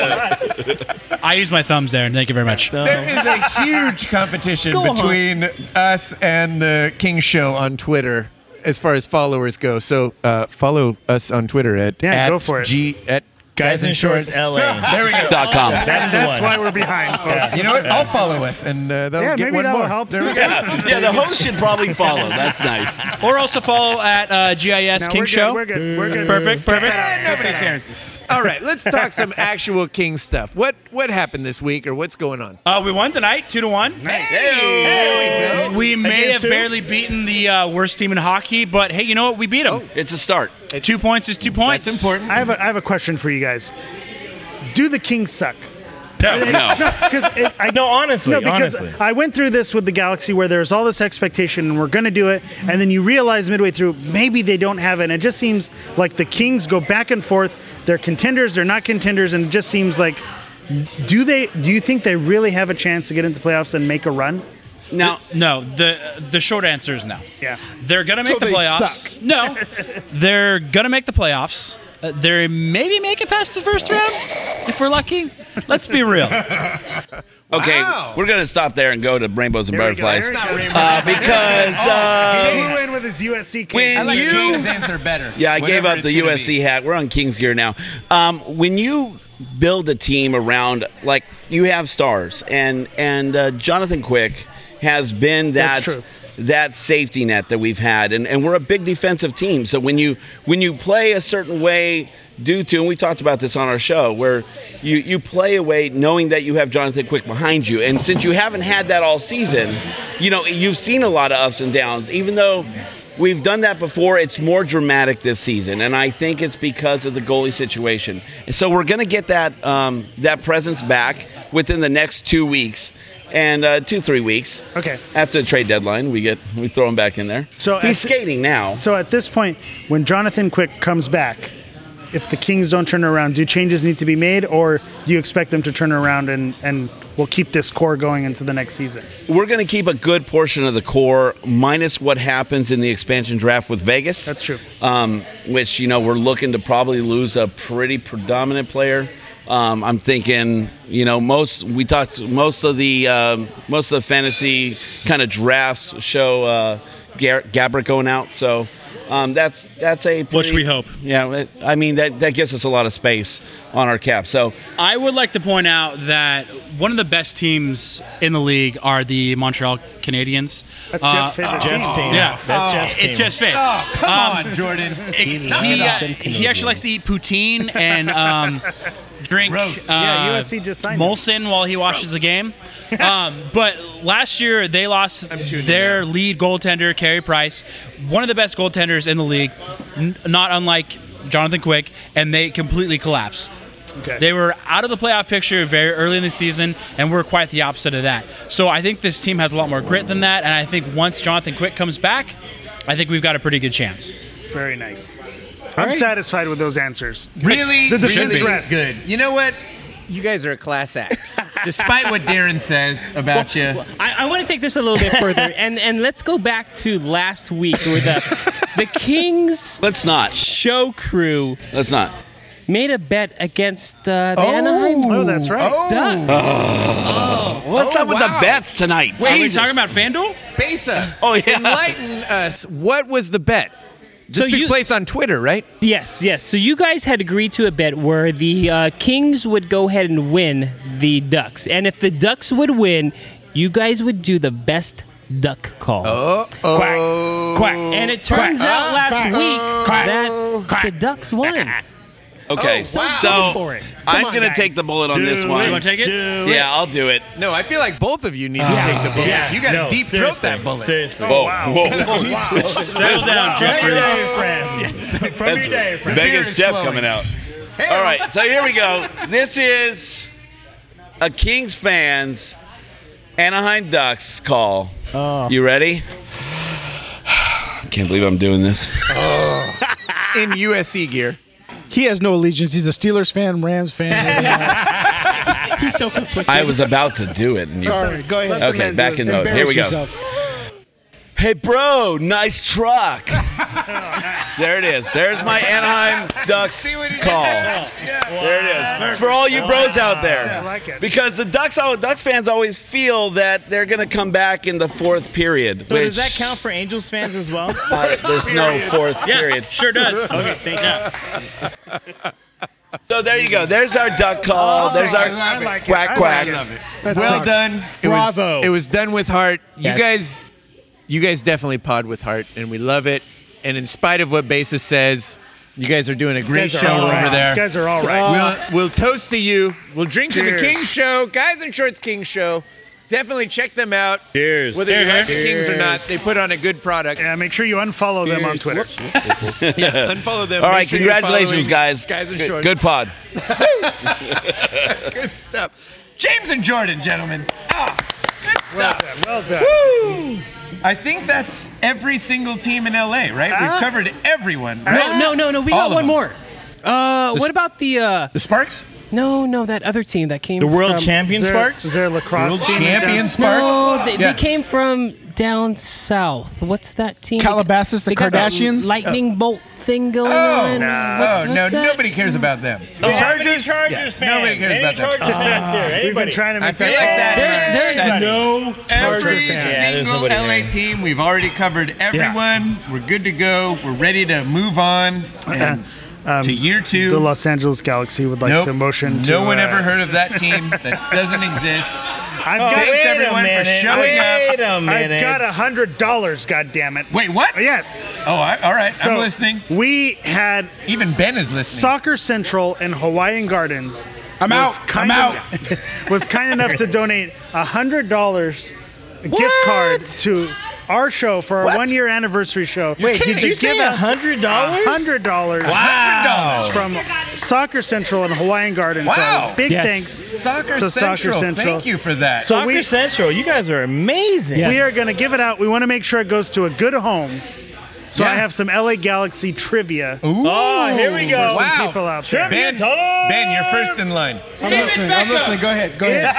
C: I use my thumbs, Darren. Thank you very much.
A: There is a huge competition
E: Go on.
A: between us and the King show on Twitter as far as followers go. So uh, follow us on Twitter at,
F: Yeah,
A: at
F: go for it.
A: G at
D: Guys in Shorts LA.
A: [laughs] There we go.
H: Dot com.
F: That's,
D: the
F: that's
D: one.
F: why we're behind, folks.
A: You know what? I'll follow us, and uh, that'll
F: Yeah,
A: get
F: maybe
A: one
F: that'll
A: more.
F: help.
H: [laughs]
A: There we go.
H: yeah, yeah, the host should probably follow. That's nice.
C: Or also follow at uh, GIS
F: No,
C: King
F: we're
C: Show.
F: Good, we're good. We're good.
C: Perfect, perfect.
A: Eh, nobody cares. All right, let's talk some actual King stuff. What what happened this week, or what's going on?
C: Uh, we won tonight, two to one. We may
D: Against
C: have
D: who?
C: barely beaten the uh, worst team in hockey, but hey, you know what? We beat them.
H: Oh, It's a start.
C: two points is two points.
A: That's important.
F: I have, a, I have a question for you guys. Do the Kings suck?
D: [laughs]
H: No.
F: Because I
D: No, honestly,
F: no, because
D: honestly.
F: I went through this with the Galaxy where there's all this expectation and we're going to do it, and then you realize midway through maybe they don't have it. And it just seems like the Kings go back and forth. They're contenders, they're not contenders, and it just seems like do they? Do you think they really have a chance to get into playoffs and make a run?
H: Now,
C: No, the the short answer is no.
F: Yeah.
C: They're gonna make
M: So
C: the
M: they
C: playoffs.
M: suck.
F: [laughs]
C: No, they're gonna make the playoffs. Uh, they maybe make it past the first round if we're lucky. Let's be
F: [laughs]
C: real.
H: Okay,
A: Wow.
H: we're gonna stop there and go to rainbows and
F: There we go.
H: butterflies
F: There we go.
H: uh, because
F: Oh. He
H: um,
F: flew in with his USC Kings.
H: when
F: I like
H: you
A: King's answer better.
H: Yeah, I gave
A: Whatever
H: up
A: it's
H: the
A: gonna
H: USC
A: be.
H: hat. We're on Kings gear now. Um, when you build a team around, like you have stars, and and uh, Jonathan Quick has been that
F: That's true.
H: that safety net that we've had, and and we're a big defensive team. So when you when you play a certain way. Due to, and we talked about this on our show, where you, you play away knowing that you have Jonathan Quick behind you. And since you haven't had that all season, you know, you've seen a lot of ups and downs, even though We've done that before. It's more dramatic this season, and I think it's because of the goalie situation. And so we're going to get that um, that presence back within the next two weeks, and uh, two three weeks.
F: Okay.
H: After the trade deadline, we get we throw him back in there.
F: So
H: he's
F: at thi-
H: skating now.
F: So at this point, when Jonathan Quick comes back, if the Kings don't turn around, do changes need to be made, or do you expect them to turn around and and we'll keep this core going into the next season?
H: we're going to keep a good portion of the core, minus what happens in the expansion draft with Vegas.
F: That's true.
H: Um, which you know we're looking to probably lose a pretty predominant player. Um, I'm thinking, you know, most we talked most of the um, most of the fantasy kind of drafts show uh, Gar- Gabrick going out, so. Um, that's that's a pretty,
C: we hope.
H: Yeah, it- I mean that that gives us a lot of space on our cap. So
C: I would like to point out that one of the best teams in the league are the Montreal Canadiens.
P: That's Jeff's favorite team. Jeff's team.
C: Yeah,
P: That's Jeff's
C: It's
P: team.
C: Jeff's favorite. Um,
P: Oh, come on,
C: Jordan.
P: He
C: He,
P: loves
C: he, uh,
P: Canadian.
C: he actually likes to eat poutine and
F: [laughs]
C: um, drink
F: Roast.
C: Uh,
F: Yeah, USC just signed him.
C: Molson while he watches the
F: [laughs]
C: game. Um, but last year they lost their lead goaltender, Carey Price, one of the best goaltenders in the league, n- not unlike Jonathan Quick, and they completely collapsed.
F: Okay.
C: They were out of the playoff picture very early in the season, and we're quite the opposite of that. So I think this team has a lot more grit than that, and I think once Jonathan Quick comes back, I think we've got a pretty good chance.
F: Very nice.
C: All
F: I'm
C: right.
F: satisfied with those answers.
A: Really,
F: the defense
A: really
F: rests.
A: good. You know what? You guys are a class act. Despite what Darren says about you.
E: I, I want to take this a little bit further, and and let's go back to last week uh, where the the Kings.
H: [laughs] Let's not
E: show crew.
H: Let's not
E: made a bet against uh, the Anaheim.
H: Oh, that's right.
E: Ducks.
H: [sighs] Oh. What's up with the bets tonight?
A: Wait,
H: Jesus.
C: FanDuel?
A: Besa.
H: Oh, yeah.
A: Enlighten us. What was the bet? This
E: So
A: took
E: you-
A: place on Twitter, right?
E: Yes, yes. So you guys had agreed to a bet where the uh, Kings would go ahead and win the Ducks, and if the Ducks would win, you guys would do the best duck call.
A: Oh,
E: quack, quack. And it turns
P: Quack.
E: out
P: Oh,
E: last
P: quack.
E: week
P: Quack.
E: that the Ducks won.
H: Okay,
E: Oh, wow.
H: so
E: Go for it.
H: I'm
E: Come on,
H: gonna
E: guys.
H: take the bullet on
E: Do
H: this
E: it.
H: one.
E: You wanna take it? Do it.
H: Yeah, I'll do it.
A: No, I feel like both of you need to take the bullet.
H: yeah.
A: you got to
H: No,
A: deep throat
H: seriously,
A: that bullet.
H: seriously. Whoa, whoa, Oh, whoa.
A: Deep
H: [laughs]
A: throat.
H: Settle down, Jeff.
A: Right now.
F: friend. From
H: That's
F: your day, friend.
H: Vegas Jeff coming out. All right, so here we go. This is a Kings fans Anaheim Ducks call. You ready? [sighs] I can't believe I'm doing this.
A: In USC gear.
B: He has no allegiance. He's a Steelers fan, Rams
A: [laughs]
B: fan. everything else.
E: He's so
H: [laughs]
E: conflicted.
H: I was about to do it. And you
B: Sorry, go ahead. Let the
H: Okay,
B: man
H: back
B: do
H: in
B: it.
H: mode. Here we go.
B: Embarrass yourself.
H: Hey, bro, nice truck. there it is. There's my Anaheim Ducks call. There it is. It's for all you bros out there.
F: I like it.
H: Because the Ducks, oh, Ducks fans always feel that they're going to come back in the fourth period.
D: So
H: which
D: does that count for Angels fans as well?
H: Uh, there's no fourth period.
D: okay, thank you.
H: [laughs] So there you go. There's our duck call. Oh, There's our quack quack.
A: well done. It was-
H: Bravo.
A: It was, done with heart.
H: Yes.
A: You guys, you guys definitely pod with heart, and we love it. And in spite of what Basis says, you guys are doing a great
F: guys are
A: show
F: all right.
A: over there.
F: You guys are all right.
A: We'll, we'll toast to you. We'll drink to the
F: Cheers.
A: King Show, guys in shorts King Show. Definitely check them out.
F: Cheers.
A: Whether you like the
F: Cheers.
A: Kings or not, they put on a good product.
F: Yeah, make sure you unfollow them on Twitter.
H: [laughs]
A: Yeah, unfollow them.
H: All
A: Make
H: right,
A: sure you're
H: congratulations,
A: following
H: guys.
A: Guys in
H: Good-
A: shorts.
H: Good pod.
A: [laughs]
F: [laughs]
A: good stuff. James and Jordan, gentlemen. Ah, good stuff.
F: Well done.
A: I think that's every single team in LA, right?
E: Ah.
A: We've covered everyone.
F: Ah.
E: No, no, no, no. We
A: All
E: got
A: of
E: one
A: them.
E: more. Uh,
A: The
E: what
A: Sp-
E: about the uh,
A: the Sparks?
E: No, no, that other team that came.
D: The world
E: from-
D: champion Sparks?
F: Is there a lacrosse
D: World team in champion town?
E: No,
D: Sparks?
E: they,
D: Yeah.
E: they came from down south. What's that team?
B: Calabasas, the
E: They got that
B: Kardashians?
E: lightning bolt thing going
F: Oh,
E: on. What's-
A: Oh. no,
E: what's that?
A: nobody cares about them.
D: The
A: Yeah.
D: Chargers?
A: Yeah,
D: Chargers fans.
A: Nobody cares
D: Any
A: about them.
D: Chargers fans here?
F: We've been
D: Anybody?
F: trying to
A: I
F: make
A: feel like that.
F: that. There- there's
A: that's-
F: no
A: every
F: Charger fan. Yeah, there's
A: single
F: nobody
A: LA
F: there.
A: team. We've already covered everyone. We're good to go. We're ready to move on. And
F: [clears throat] Um,
A: to year two.
F: the Los Angeles Galaxy would like
A: Nope.
F: to motion. to,
A: no one
F: uh,
A: ever heard of that team. That doesn't exist.
F: I've
A: Oh,
F: got
A: Thanks, wait a everyone, for minute, showing wait up. a minute.
F: I've got a hundred dollars. God damn it!
A: Wait, what?
F: Yes.
A: Oh, I, all right. I'm listening.
F: We had
A: even Ben is listening.
F: Soccer Central and Hawaiian Gardens.
A: I'm
F: was
A: out.
F: Kind
A: I'm
F: out. [laughs] was kind enough to donate a hundred dollars gift card to our show for our
D: What?
F: one year anniversary show.
D: Wait,
F: To
D: did you
F: give
D: say
F: out
D: $100?
F: $100.
D: Wow. $100.
F: From Soccer Central and Hawaiian Gardens.
D: Wow.
F: So big
D: Yes.
F: thanks
D: Soccer
F: to Soccer
D: Central.
F: Central.
D: Thank you for that. Soccer
F: Central, you guys are amazing. We
D: Yes.
F: are going to give it out. We want to make sure it goes to a good home. So I
A: Yeah.
F: have some LA Galaxy trivia.
A: Ooh.
F: Oh, here we go.
A: Wow.
F: Some people out there.
A: Ben, ben, you're first in line.
F: I'm listening. I'm listening. Go ahead. Go ahead.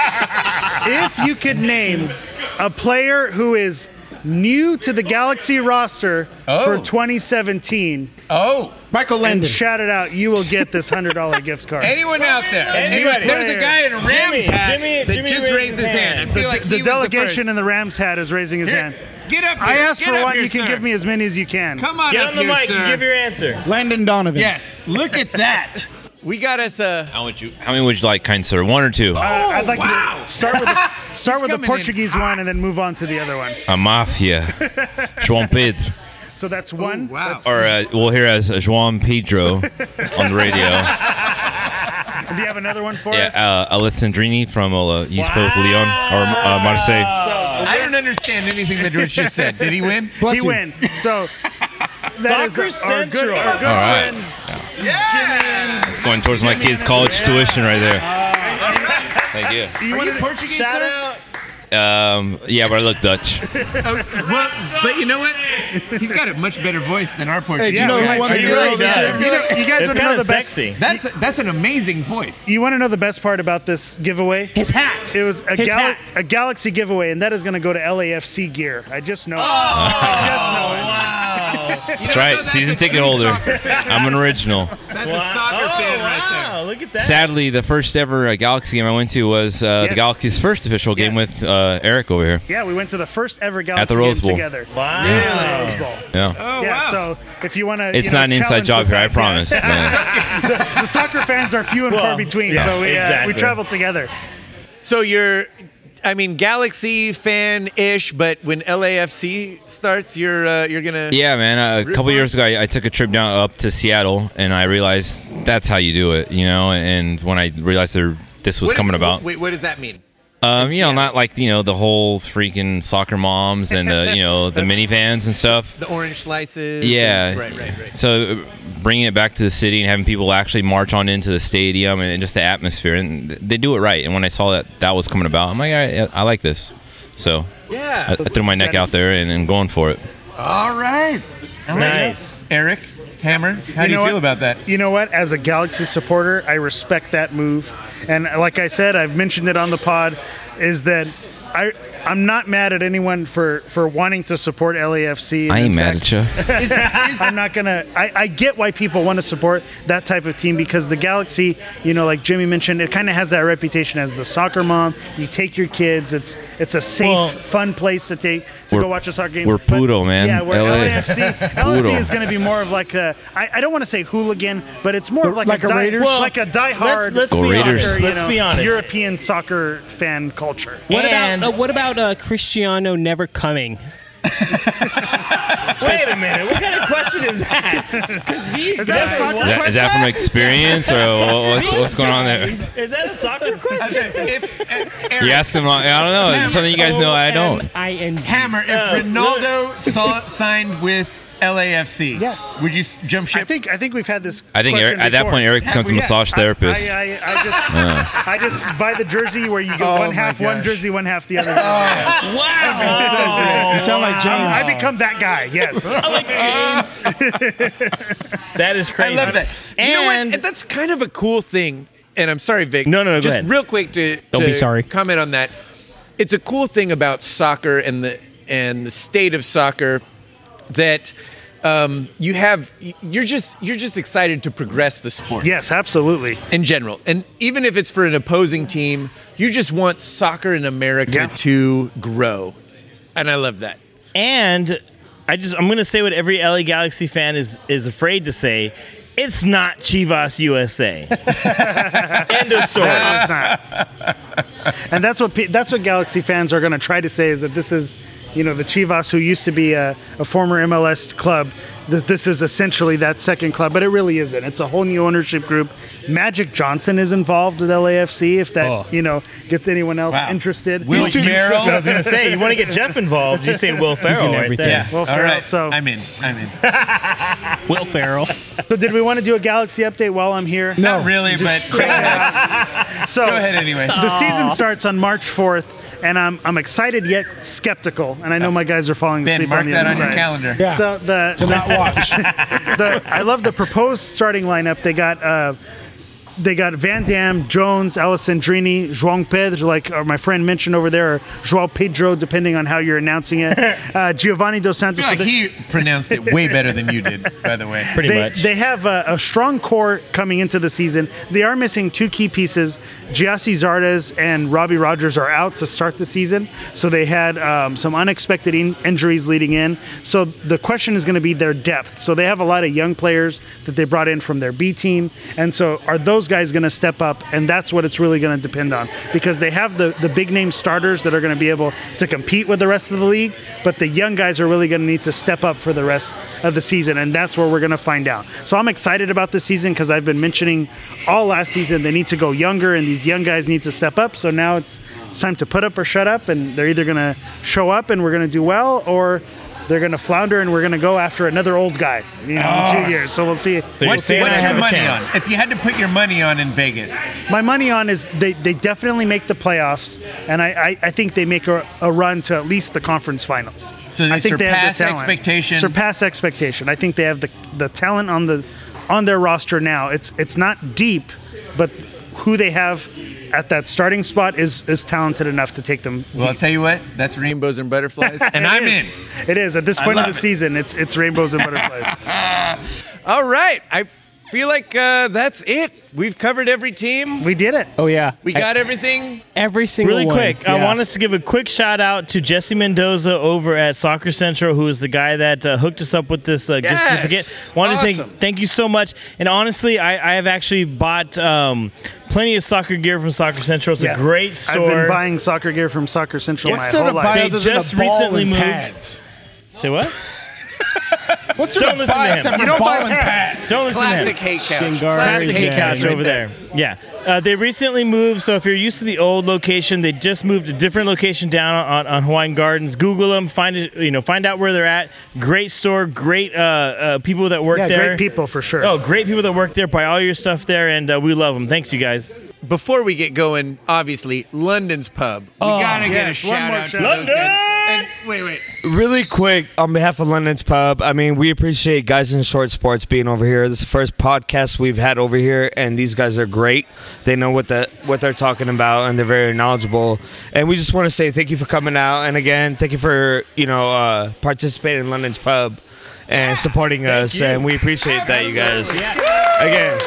F: [laughs] If you could name a player who is new to the Galaxy roster
A: Oh.
F: for 2017.
A: Oh.
F: Michael
A: Landon.
F: And shout it out. You will get
A: [laughs]
F: this $100 gift card.
A: Anyone out there?
F: Anybody.
A: There's a guy in a Rams
F: Jimmy-
A: hat
F: Jimmy-
A: that
F: Jimmy
A: just
F: raised
A: raised his
F: his
A: hand. I feel
F: the,
A: like
F: the
A: he was the
F: delegation
A: first.
F: in the Rams hat is raising his hand.
A: Get up
F: I
A: here.
F: asked
A: Get
F: for
A: up
F: one.
A: here,
F: you
A: sir.
F: can give me as many as you can.
A: Come on up here, sir.
B: Landon Donovan.
A: Yes. Look at that. We got us a. Oh,
I: How would you? How many would you like, kind sir? One or two?
F: Uh, I'd like
A: wow.
F: to start with
A: [laughs]
F: the, start
A: He's
F: with the
A: coming in
F: Portuguese one and then move on to the other one.
I: A mafia, João Pedro,
F: So
A: Oh,
F: that's one. wow.
I: or uh, we'll hear as João Pedro on the radio.
F: do you have another one for us?
I: Yeah, uh, Alessandrini from uh, East Coast Leon or uh, Marseille.
A: Uh, I don't understand anything that Rich just said. Did he win?
F: [laughs] he win. So that is
A: Soccer
F: our good,
A: Central.
F: our good
I: All right.
F: friend.
I: It's going towards my kids' college tuition right there. Thank you.
A: Uh, Are you Portuguese, sir?
I: Um, yeah, but I look Dutch.
A: [laughs] Oh, well, but you know what? He's got a much better voice than our Portuguese.
F: do you know who
A: guy.
F: won the
A: He
F: Euro
A: really
F: this
A: does.
F: year? You guys
A: It's
F: wanna
A: kinda
F: know the best-
A: That's that's an amazing voice.
F: You want to know the best part about this giveaway? His hat. It was a,
A: His
F: gal-
A: hat.
F: a Galaxy giveaway, and that is going to go to LAFC gear. I just know. I just know. It. Wow.
I: That's right, season ticket holder. I'm an original.
A: That's a soccer fan right there.
D: Oh, Look at
I: Sadly, the first ever uh, Galaxy game I went to was uh,
F: Yes.
I: the Galaxy's first official game with uh, Eric over here.
F: Yeah, we went to the first ever Galaxy
I: the Rose
F: game
I: Bowl.
F: together.
I: Wow.
F: Yeah, the Rose Bowl.
I: Yeah.
F: yeah, so if you want to,
I: It's not an inside job here, I
F: [laughs]
I: promise. man.
F: the, the soccer fans are few and
A: Well,
F: far between,
A: yeah,
F: so we, uh,
A: exactly.
F: we travel together.
A: So you're, I mean, Galaxy fan-ish, but when LAFC starts, you're uh, you're gonna.
I: Yeah, man. A
A: Root
I: couple
A: for
I: years ago, I, I took a trip down up to Seattle, and I realized that's how you do it, you know. And when I realized there, this was
A: What is-
I: coming about,
A: Wait, what does that mean?
I: um, you know, not like you know the whole freaking soccer moms and the you know the
A: [laughs]
I: minivans and stuff.
A: The orange slices.
I: Yeah.
A: and- Right, right, right.
I: So uh, bringing it back to the city and having people actually march on into the stadium and, and just the atmosphere, and th- they do it right. And when I saw that that was coming about, I'm like, I, I like this. So
A: Yeah.
I: I, I threw my neck out there and, and going for it.
A: All right.
F: Nice.
A: Eric, Hammer, how do you
F: know
A: feel
F: what?
A: about that?
F: You know what? As a Galaxy supporter, I respect that move. And like I said, I've mentioned it on the pod, is that I I'm not mad at anyone for for wanting to support LAFC.
I: I
F: In
I: ain't mad
F: fact-
I: at ya.
F: [laughs] I'm not gonna. I, I get why people want to support that type of team because the Galaxy, you know, like Jimmy mentioned, it kind of has that reputation as the soccer mom. You take your kids. It's it's a safe,
I: Well-
F: fun place to take to
I: We're-
F: go watch a soccer game.
I: we're
F: But-
I: puro, man.
F: Yeah, we're
I: LA.
D: [laughs]
F: LAFC. LAFC
I: Puro.
F: is going to be more of like a. I, I don't want to say hooligan, but it's more of like,
D: Like
F: a,
D: a
F: die,
D: Raiders?
F: like a
D: Well, let's-
F: diehard.
D: let's Go be Raiders. honest.
F: you
D: Let's
F: know,
D: be honest.
F: European soccer fan culture.
E: What about uh, what about uh, Cristiano never coming?
D: Wait a minute. What kind of question is
F: [laughs]
D: that? [laughs]
E: these
D: is that a
E: guys-
D: soccer
I: Is that, is that from experience or wha- what's, what's going on there?
D: Is that a
A: [laughs]
D: soccer question?
I: You asked him. I I don't know. Is it something you guys know? I don't.
A: Hammer, if
D: Oh.
A: Ronaldo saw, signed with LAFC, yeah. would you s- jump ship?
F: I think I think we've had this.
I: I think
F: question
I: Eric- at that
F: before.
I: point, Eric becomes a massage
F: I-
I: therapist. Uh.
F: I, I, I just
I: Yeah.
F: I just buy the jersey where you get
I: Oh
F: one
I: my
F: half one
I: gosh.
F: jersey, one half the other. wow!
D: You sound like James.
F: I become that guy.
A: [laughs]
F: Yes.
D: [laughs] that is crazy.
A: I love that. you know what? And that's kind of a cool thing. And I'm sorry, Vic. No, no, no.
D: go
A: Just
D: ahead.
A: real quick to,
D: Don't be
A: to
D: sorry.
A: comment on that. It's a cool thing about soccer and the and the state of soccer that um, you have. You're just you're just excited to progress the sport.
F: Yes, absolutely.
A: In general, and even if it's for an opposing team, you just want soccer in America
D: Yeah.
A: to grow. And I love that.
D: And I just I'm gonna say what every LA Galaxy fan is is afraid to say. It's not Chivas USA. End of story.
F: No,
A: [laughs]
F: it's not. and that's what pe- that's what Galaxy fans are going to try to say is that this is, you know, the Chivas who used to be a, a former MLS club. That this is essentially that second club, but it really isn't. It's a whole new ownership group. Magic Johnson is involved with LAFC. If that you know gets anyone else interested,
D: Will
F: These two-
D: Ferrell? Oh. I was gonna say, you wanna get Jeff involved, you say Will He's in Ferrell right everything. there.
F: Will
D: All
F: Ferrell.
D: right.
F: So
A: I'm in. I'm in.
E: Will Ferrell.
F: So did we want to do a Galaxy update while I'm here?
A: No. Not really,
F: Just-
A: but go [laughs]
F: so
A: Go ahead anyway.
F: The
A: Aw.
F: season starts on March 4th, and I'm I'm excited yet skeptical. And I know my guys are falling
A: Ben,
F: asleep
A: mark
F: on the
A: that
F: other
A: on your
F: side.
A: calendar.
F: Yeah. So the [laughs]
A: To not watch.
F: the I love the proposed starting lineup. They got. Uh, they got Van Dam, Jones, Alessandrini, João Pedro, like uh, my friend mentioned over there, or João Pedro, depending on how you're
A: [laughs]
F: announcing it. Uh, Giovanni Dos Santos. So they-
Q: he pronounced it way better than you did, by the way.
F: they, They have a, a strong core coming into the season. They are missing two key pieces. Giassi Zardes and Robbie Rogers are out to start the season, so they had um, some unexpected in- injuries leading in. So the question is going to be their depth. So they have a lot of young players that they brought in from their B team, and so are those guys going to step up? And that's what it's really going to depend on because they have the the big name starters that are going to be able to compete with the rest of the league, but the young guys are really going to need to step up for the rest of the season, and that's where we're going to find out. So I'm excited about this season because I've been mentioning all last season they need to go younger, and these young guys need to step up. So now it's it's time to put up or shut up, and they're either going to show up and we're going to do well, or they're going to flounder and we're going to go after another old guy, you know, in
Q: Oh.
A: Ah.
F: two years. So we'll see.
Q: So what's what's your money on? If you had to put your money on in Vegas,
F: My money on is they, they definitely make the playoffs, and I, I, I think they make a, a run to at least the conference finals.
Q: So they
F: I think have the
Q: surpass
F: talent.
Q: expectation?
F: Surpass expectation. I think they have the, the talent on the on their roster now. It's it's not deep, but who they have at that starting spot is is talented enough to take them.
Q: well, I'll
F: deep.
Q: tell you what, that's rainbows and butterflies, [laughs] and
F: [laughs] It
Q: I'm
F: is.
Q: in.
F: It is at this
Q: I
F: point of
Q: love
F: the
Q: it.
F: season. It's it's rainbows
Q: [laughs]
F: and butterflies.
A: All right. I feel like uh, that's it. We've covered every team.
F: We did it.
N: Oh yeah.
A: We got everything.
N: Every
A: single
D: Really
A: one,
D: quick, I
A: yeah.
D: want us to give a quick shout out to Jesse Mendoza over at Soccer Central, who is the guy that uh, hooked us up with this uh, gift
A: Yes!
D: certificate. Wanted to say
A: Awesome.
D: thank you so much. And honestly, I, I have actually bought um, plenty of soccer gear from Soccer Central. It's
F: Yeah.
D: a great store.
F: I've been buying soccer gear from Soccer Central my whole life.
D: They just recently moved. Say what?
F: What's
D: Don't listen to him.
F: You don't buy
D: pads. Don't listen
A: Classic
D: to him.
A: hate couch.
D: Shingar, Classic
A: Classic
D: hate
A: hate
D: couch
A: couch
D: over
A: right
D: there.
A: there.
D: Yeah. Uh, they recently moved, so if you're used to the old location, they just moved a different location down on, on Hawaiian Gardens. Google them, find it, you know, find out where they're at. Great store, great uh, uh, people that work
F: Yeah,
D: there.
F: great people for sure.
D: Oh, great people that work there. Buy all your stuff there, and uh, we love them. Thanks, you guys.
A: Before we get going, obviously, London's pub.
Q: We
D: Oh,
Q: gotta get a
D: yes, one
Q: shout
D: more
Q: out to
D: shout out.
Q: those guys. And, wait, wait.
R: Really quick, on behalf of London's Pub, I mean, we appreciate Guys in Short Sports being over here. This is the first podcast we've had over here, and these guys are great. They know what the what they're talking about, and they're very knowledgeable. And we just want to say thank you for coming out, and again, thank you for you know uh, participating in London's Pub and supporting us,
S: you.
R: and we appreciate that, you guys. Again.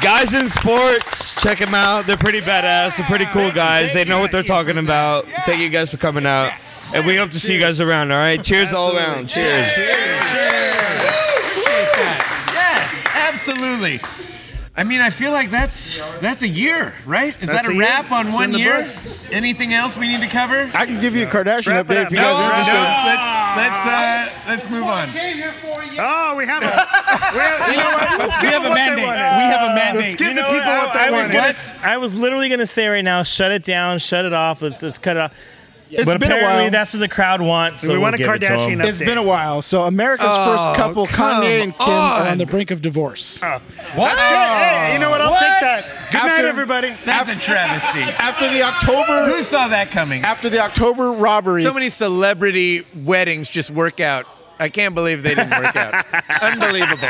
R: Guys in sports, check them out. They're pretty badass. They're pretty cool guys. They know what they're talking about. Thank you guys for coming out. And we hope to see you guys around, all right? Cheers all around. Cheers.
Q: Yes, absolutely. I mean, I feel like that's that's a year, right? Is that
B: That's
Q: a,
B: a year.
Q: wrap on
B: It's in
Q: one
B: the
Q: year?
B: books.
Q: Anything else we need to cover?
B: I can give you a Kardashian
Q: Wrap it
B: update
Q: up.
B: if you
Q: No,
B: guys are interested.
Q: no, let's let's uh, let's move on.
F: Oh, we
Q: [laughs]
F: have a. We have, you know what? Let's give them what they wanted. Let's give
D: You
F: the
D: know
F: people what, they
D: I, I was
F: wanted.
D: gonna, s- I was literally gonna say right now, shut it down, shut it off. Let's let's cut it off.
B: It's
D: but
B: been a
D: apparently
B: while.
D: that's what the crowd wants. So
B: We want
D: we'll
B: a
D: give it to 'em.
B: It's been a while. So America's
D: Oh,
B: first couple,
D: come
B: Kanye and Kim, are
D: on.
B: on the brink of divorce.
A: Oh.
D: What?
B: That's good.
F: Hey, you know what? I'll
B: What?
F: take that. Good night,
B: After-
F: everybody.
Q: That's a travesty.
B: After the October,
Q: who saw that coming?
B: After the October robbery,
A: So many celebrity weddings just work out. I can't believe they didn't
B: [laughs]
A: work out. Unbelievable.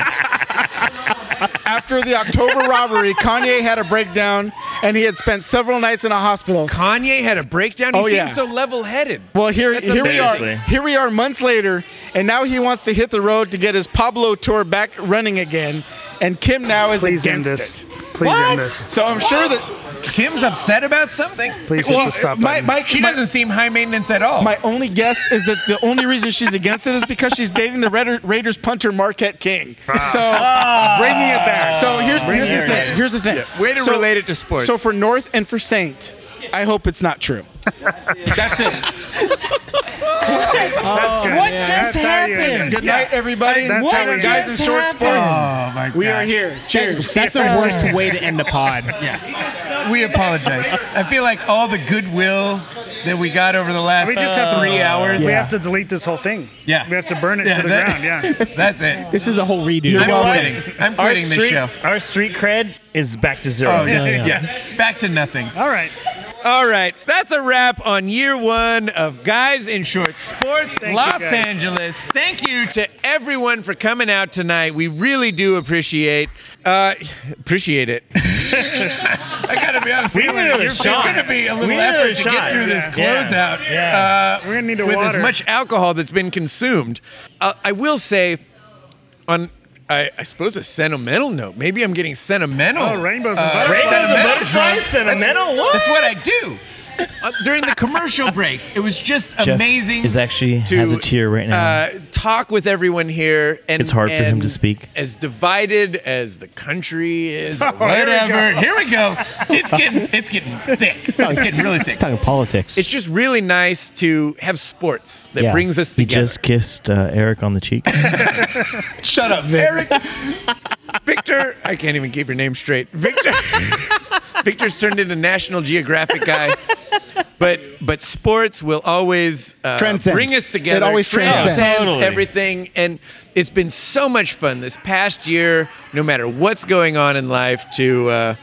B: after the October robbery, Kanye had a breakdown and he had spent several nights in a hospital.
A: Kanye had a breakdown. He
B: oh
A: seems
B: yeah.
A: so level-headed.
B: well, here,
A: That's
B: here we are.
A: amazing.
B: Here we are months later, and now he wants to hit the road to get his Pablo tour back running again. And Kim now is
F: Please end
B: against
F: this.
B: it.
F: Please end What? this.
B: So I'm sure that
Q: Kim's upset about something.
B: Please hit the stop
Q: my,
B: button.
Q: my, she
B: my-
Q: doesn't seem high maintenance at all.
B: My only guess is that the only reason she's against it is because she's dating the Raider, Raiders punter Marquette King. So
Q: Bringing it back.
B: So here's,
Q: Bringing
B: here's the
Q: Ah. it
B: thing.
Q: back.
B: Here's the thing.
Q: Yeah, way to
B: So-
Q: relate it to sports.
B: So for North and for Saint, I hope it's not true.
Q: That's [laughs] it.
B: That's
Q: good. What Yeah, just that's how you happened? end it.
B: Good
Q: Yeah.
B: night, everybody.
Q: That's
B: What
Q: how we
B: guys
Q: end
B: in
Q: it.
B: short
Q: Just
B: sports.
Q: happened. Oh, my
B: we are
Q: gosh.
B: here. Cheers.
Q: That's the worst way
B: to end a pod.
Q: [laughs] yeah. We apologize. I feel like all the goodwill that we got over the last
F: We just have to
Q: three hours.
F: We have to delete this whole thing.
Q: Yeah.
F: We have to burn it
Q: Yeah,
F: to the
Q: that-
B: [laughs]
F: ground. Yeah.
Q: That's it.
F: [laughs] This is a whole redo.
Q: I'm
D: Waiting.
Q: quitting. I'm quitting this show.
D: Our street cred is back to zero.
Q: Oh, yeah, yeah. Back to nothing.
F: All right.
A: All right, that's a wrap on year one of Guys in Short Sports
Q: Thank you,
A: Los
Q: guys.
A: Angeles. Thank you to everyone for coming out tonight. We really do appreciate uh, appreciate [laughs] it.
Q: I gotta be honest.
A: We
Q: with you,
A: needed a
Q: you're- it's
A: shot.
Q: gonna be a
A: We
Q: little
A: needed
Q: effort
A: a
Q: to get
A: shot.
Q: through
A: Yeah.
Q: this
A: Yeah.
Q: closeout.
A: Yeah.
Q: Uh, We're gonna need to
A: with
Q: water.
A: as much alcohol that's been consumed. Uh, I will say, on I, I suppose a sentimental note. Maybe I'm getting sentimental.
Q: Oh, rainbows and
A: uh,
Q: butterflies. Rainbows and
A: sentimental
Q: butterflies,
A: drunk.
Q: sentimental,
A: That's,
Q: what?
A: That's what I do. Uh, during the commercial breaks, it was just
G: Jeff
A: amazing.
G: is actually-
A: to,
G: has a tear right now.
A: Uh, [laughs] talk with everyone here, and
G: It's hard for him
A: and
G: to speak.
A: As divided as the country [laughs] is, or
Q: Oh, here we
A: whatever.
Q: go.
A: Here we go. It's getting it's getting thick. It's getting really thick.
G: He's talking politics.
A: It's just really nice to have sports that
G: Yeah.
A: brings us
G: He
A: together.
G: just kissed uh, Eric on the
D: [laughs]
G: cheek.
A: Shut up, Vic. Eric. Victor, I can't even keep your name straight. Victor. [laughs] Victor's turned into National Geographic guy. But but sports will always uh,
B: Transcend.
A: bring us together.
B: It always transcends. Totally.
A: everything, and it's been so much fun this past year. No matter what's going on in life, to uh,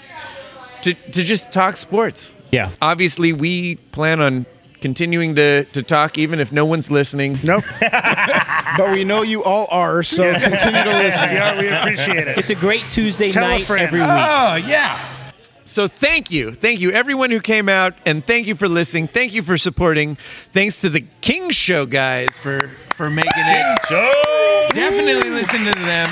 A: to to just talk sports.
G: Yeah.
A: Obviously, we plan on continuing to to talk, even if no one's listening. [laughs]
B: Nope. but we know you all are, so continue to listen.
E: It's a great Tuesday
B: Tell a
E: night
B: friend.
E: every week.
A: Oh, yeah. So thank you. Thank you, everyone who came out, and thank you for listening. Thank you for supporting. Thanks to the King Show guys for, for making it. Show! Definitely listen to them.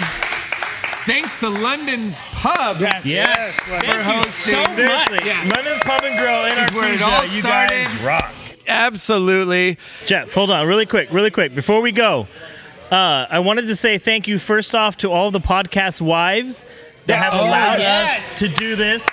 A: Thanks to London's Pub. Yes,
Q: London. Thank
A: for
Q: you
A: hosting.
Q: So Seriously, London's Pub and Grill in
A: This is where it
Q: Artesia.
A: all
Q: you
A: started.
Q: guys rock.
A: Absolutely.
D: Jeff, hold on, really quick, really quick. Before we go, uh, I wanted to say thank you first off to all the podcast wives that
Q: Yes.
D: have
Q: Oh,
D: allowed
Q: yes.
D: us to do this.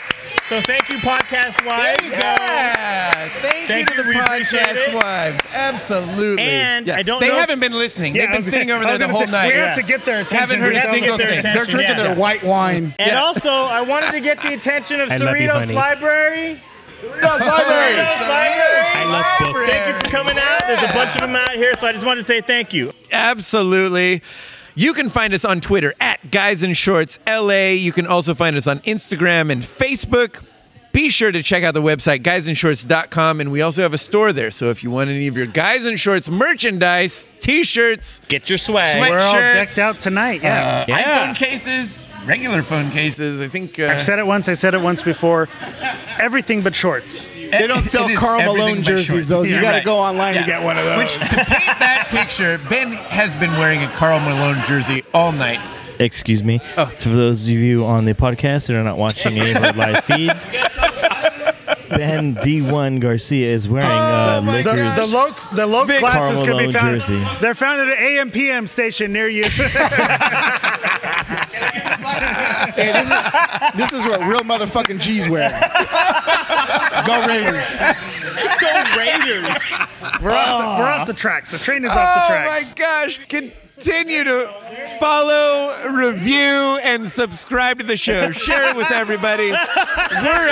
D: So thank you, podcast wives.
A: Yeah. Thank,
D: Thank
A: you to the
D: you, we appreciate
A: podcast
D: it.
A: wives. Absolutely.
D: And
A: Yeah.
D: I don't
A: They
D: know if-
A: haven't been listening.
D: Yeah,
A: They've
D: I
A: been
D: was
A: sitting
D: gonna-
A: over
D: I
A: there
D: was
A: the
D: gonna
A: whole
D: say,
A: night.
D: we have to
F: get their
D: attention.
A: Haven't heard
D: We
A: a
D: have to
A: single
D: get their
A: thing.
D: attention, They're drinking yeah. their
B: white wine.
D: And
A: Yeah.
D: also, I wanted to get the attention of
A: I love you,
D: Cerritos
A: honey.
D: Library.
B: Cerritos Library.
D: Cerritos Library. Thank you for coming out. There's a bunch of them out here, so I just wanted to say thank you.
A: Absolutely. You can find us on Twitter at Guys in Shorts LA. You can also find us on Instagram and Facebook. Be sure to check out the website guysinshorts.com and we also have a store there. So if you want any of your Guys in Shorts merchandise, t-shirts,
D: get your swag.
A: Sweatshirts,
F: We're all decked out tonight. Yeah.
A: uh, iPhone cases, regular phone cases. I think uh,
F: I've said it once. I said it once before. Everything but shorts.
A: They don't sell It is Karl Malone everything but jerseys, shorts. though. You Yeah. gotta Right. go online to Yeah. get one of those. Which- that picture, Ben has been wearing a Carl Malone jersey all night.
G: Excuse me. So for those of you on the podcast that are not watching any of our live feeds, Ben D1 Garcia is wearing uh,
F: the,
G: Lakers.
F: Oh the low, the low
G: Vic
F: classes can be
G: Carmelone
F: found.
G: jersey.
F: They're found at an AM PM station near you. [laughs]
B: Hey, this is this is what real motherfucking G's wear. Go Raiders.
F: Go Raiders. We're off, the, we're off the tracks. The train is off the tracks.
A: Oh my gosh. Continue to follow, review, and subscribe to the show. Share it with everybody. We're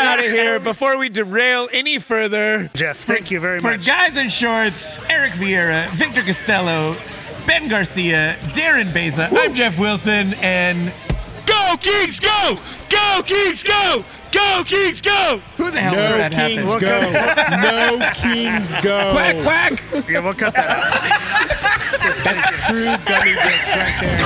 A: out of here before we derail any further.
F: Jeff, thank you very
A: For Guys in Shorts, Eric Vieira, Victor Costello, Ben Garcia, Darren Beza, I'm Jeff Wilson, and Go Kings Go! Go Kings Go! Go Kings Go! Who the hell
Q: No
A: did that happen?
Q: Kings
A: [laughs]
Q: go. No
A: Kings Go! Quack, quack!
F: Yeah, we'll cut that out.
Q: That's true gummy dicks right there.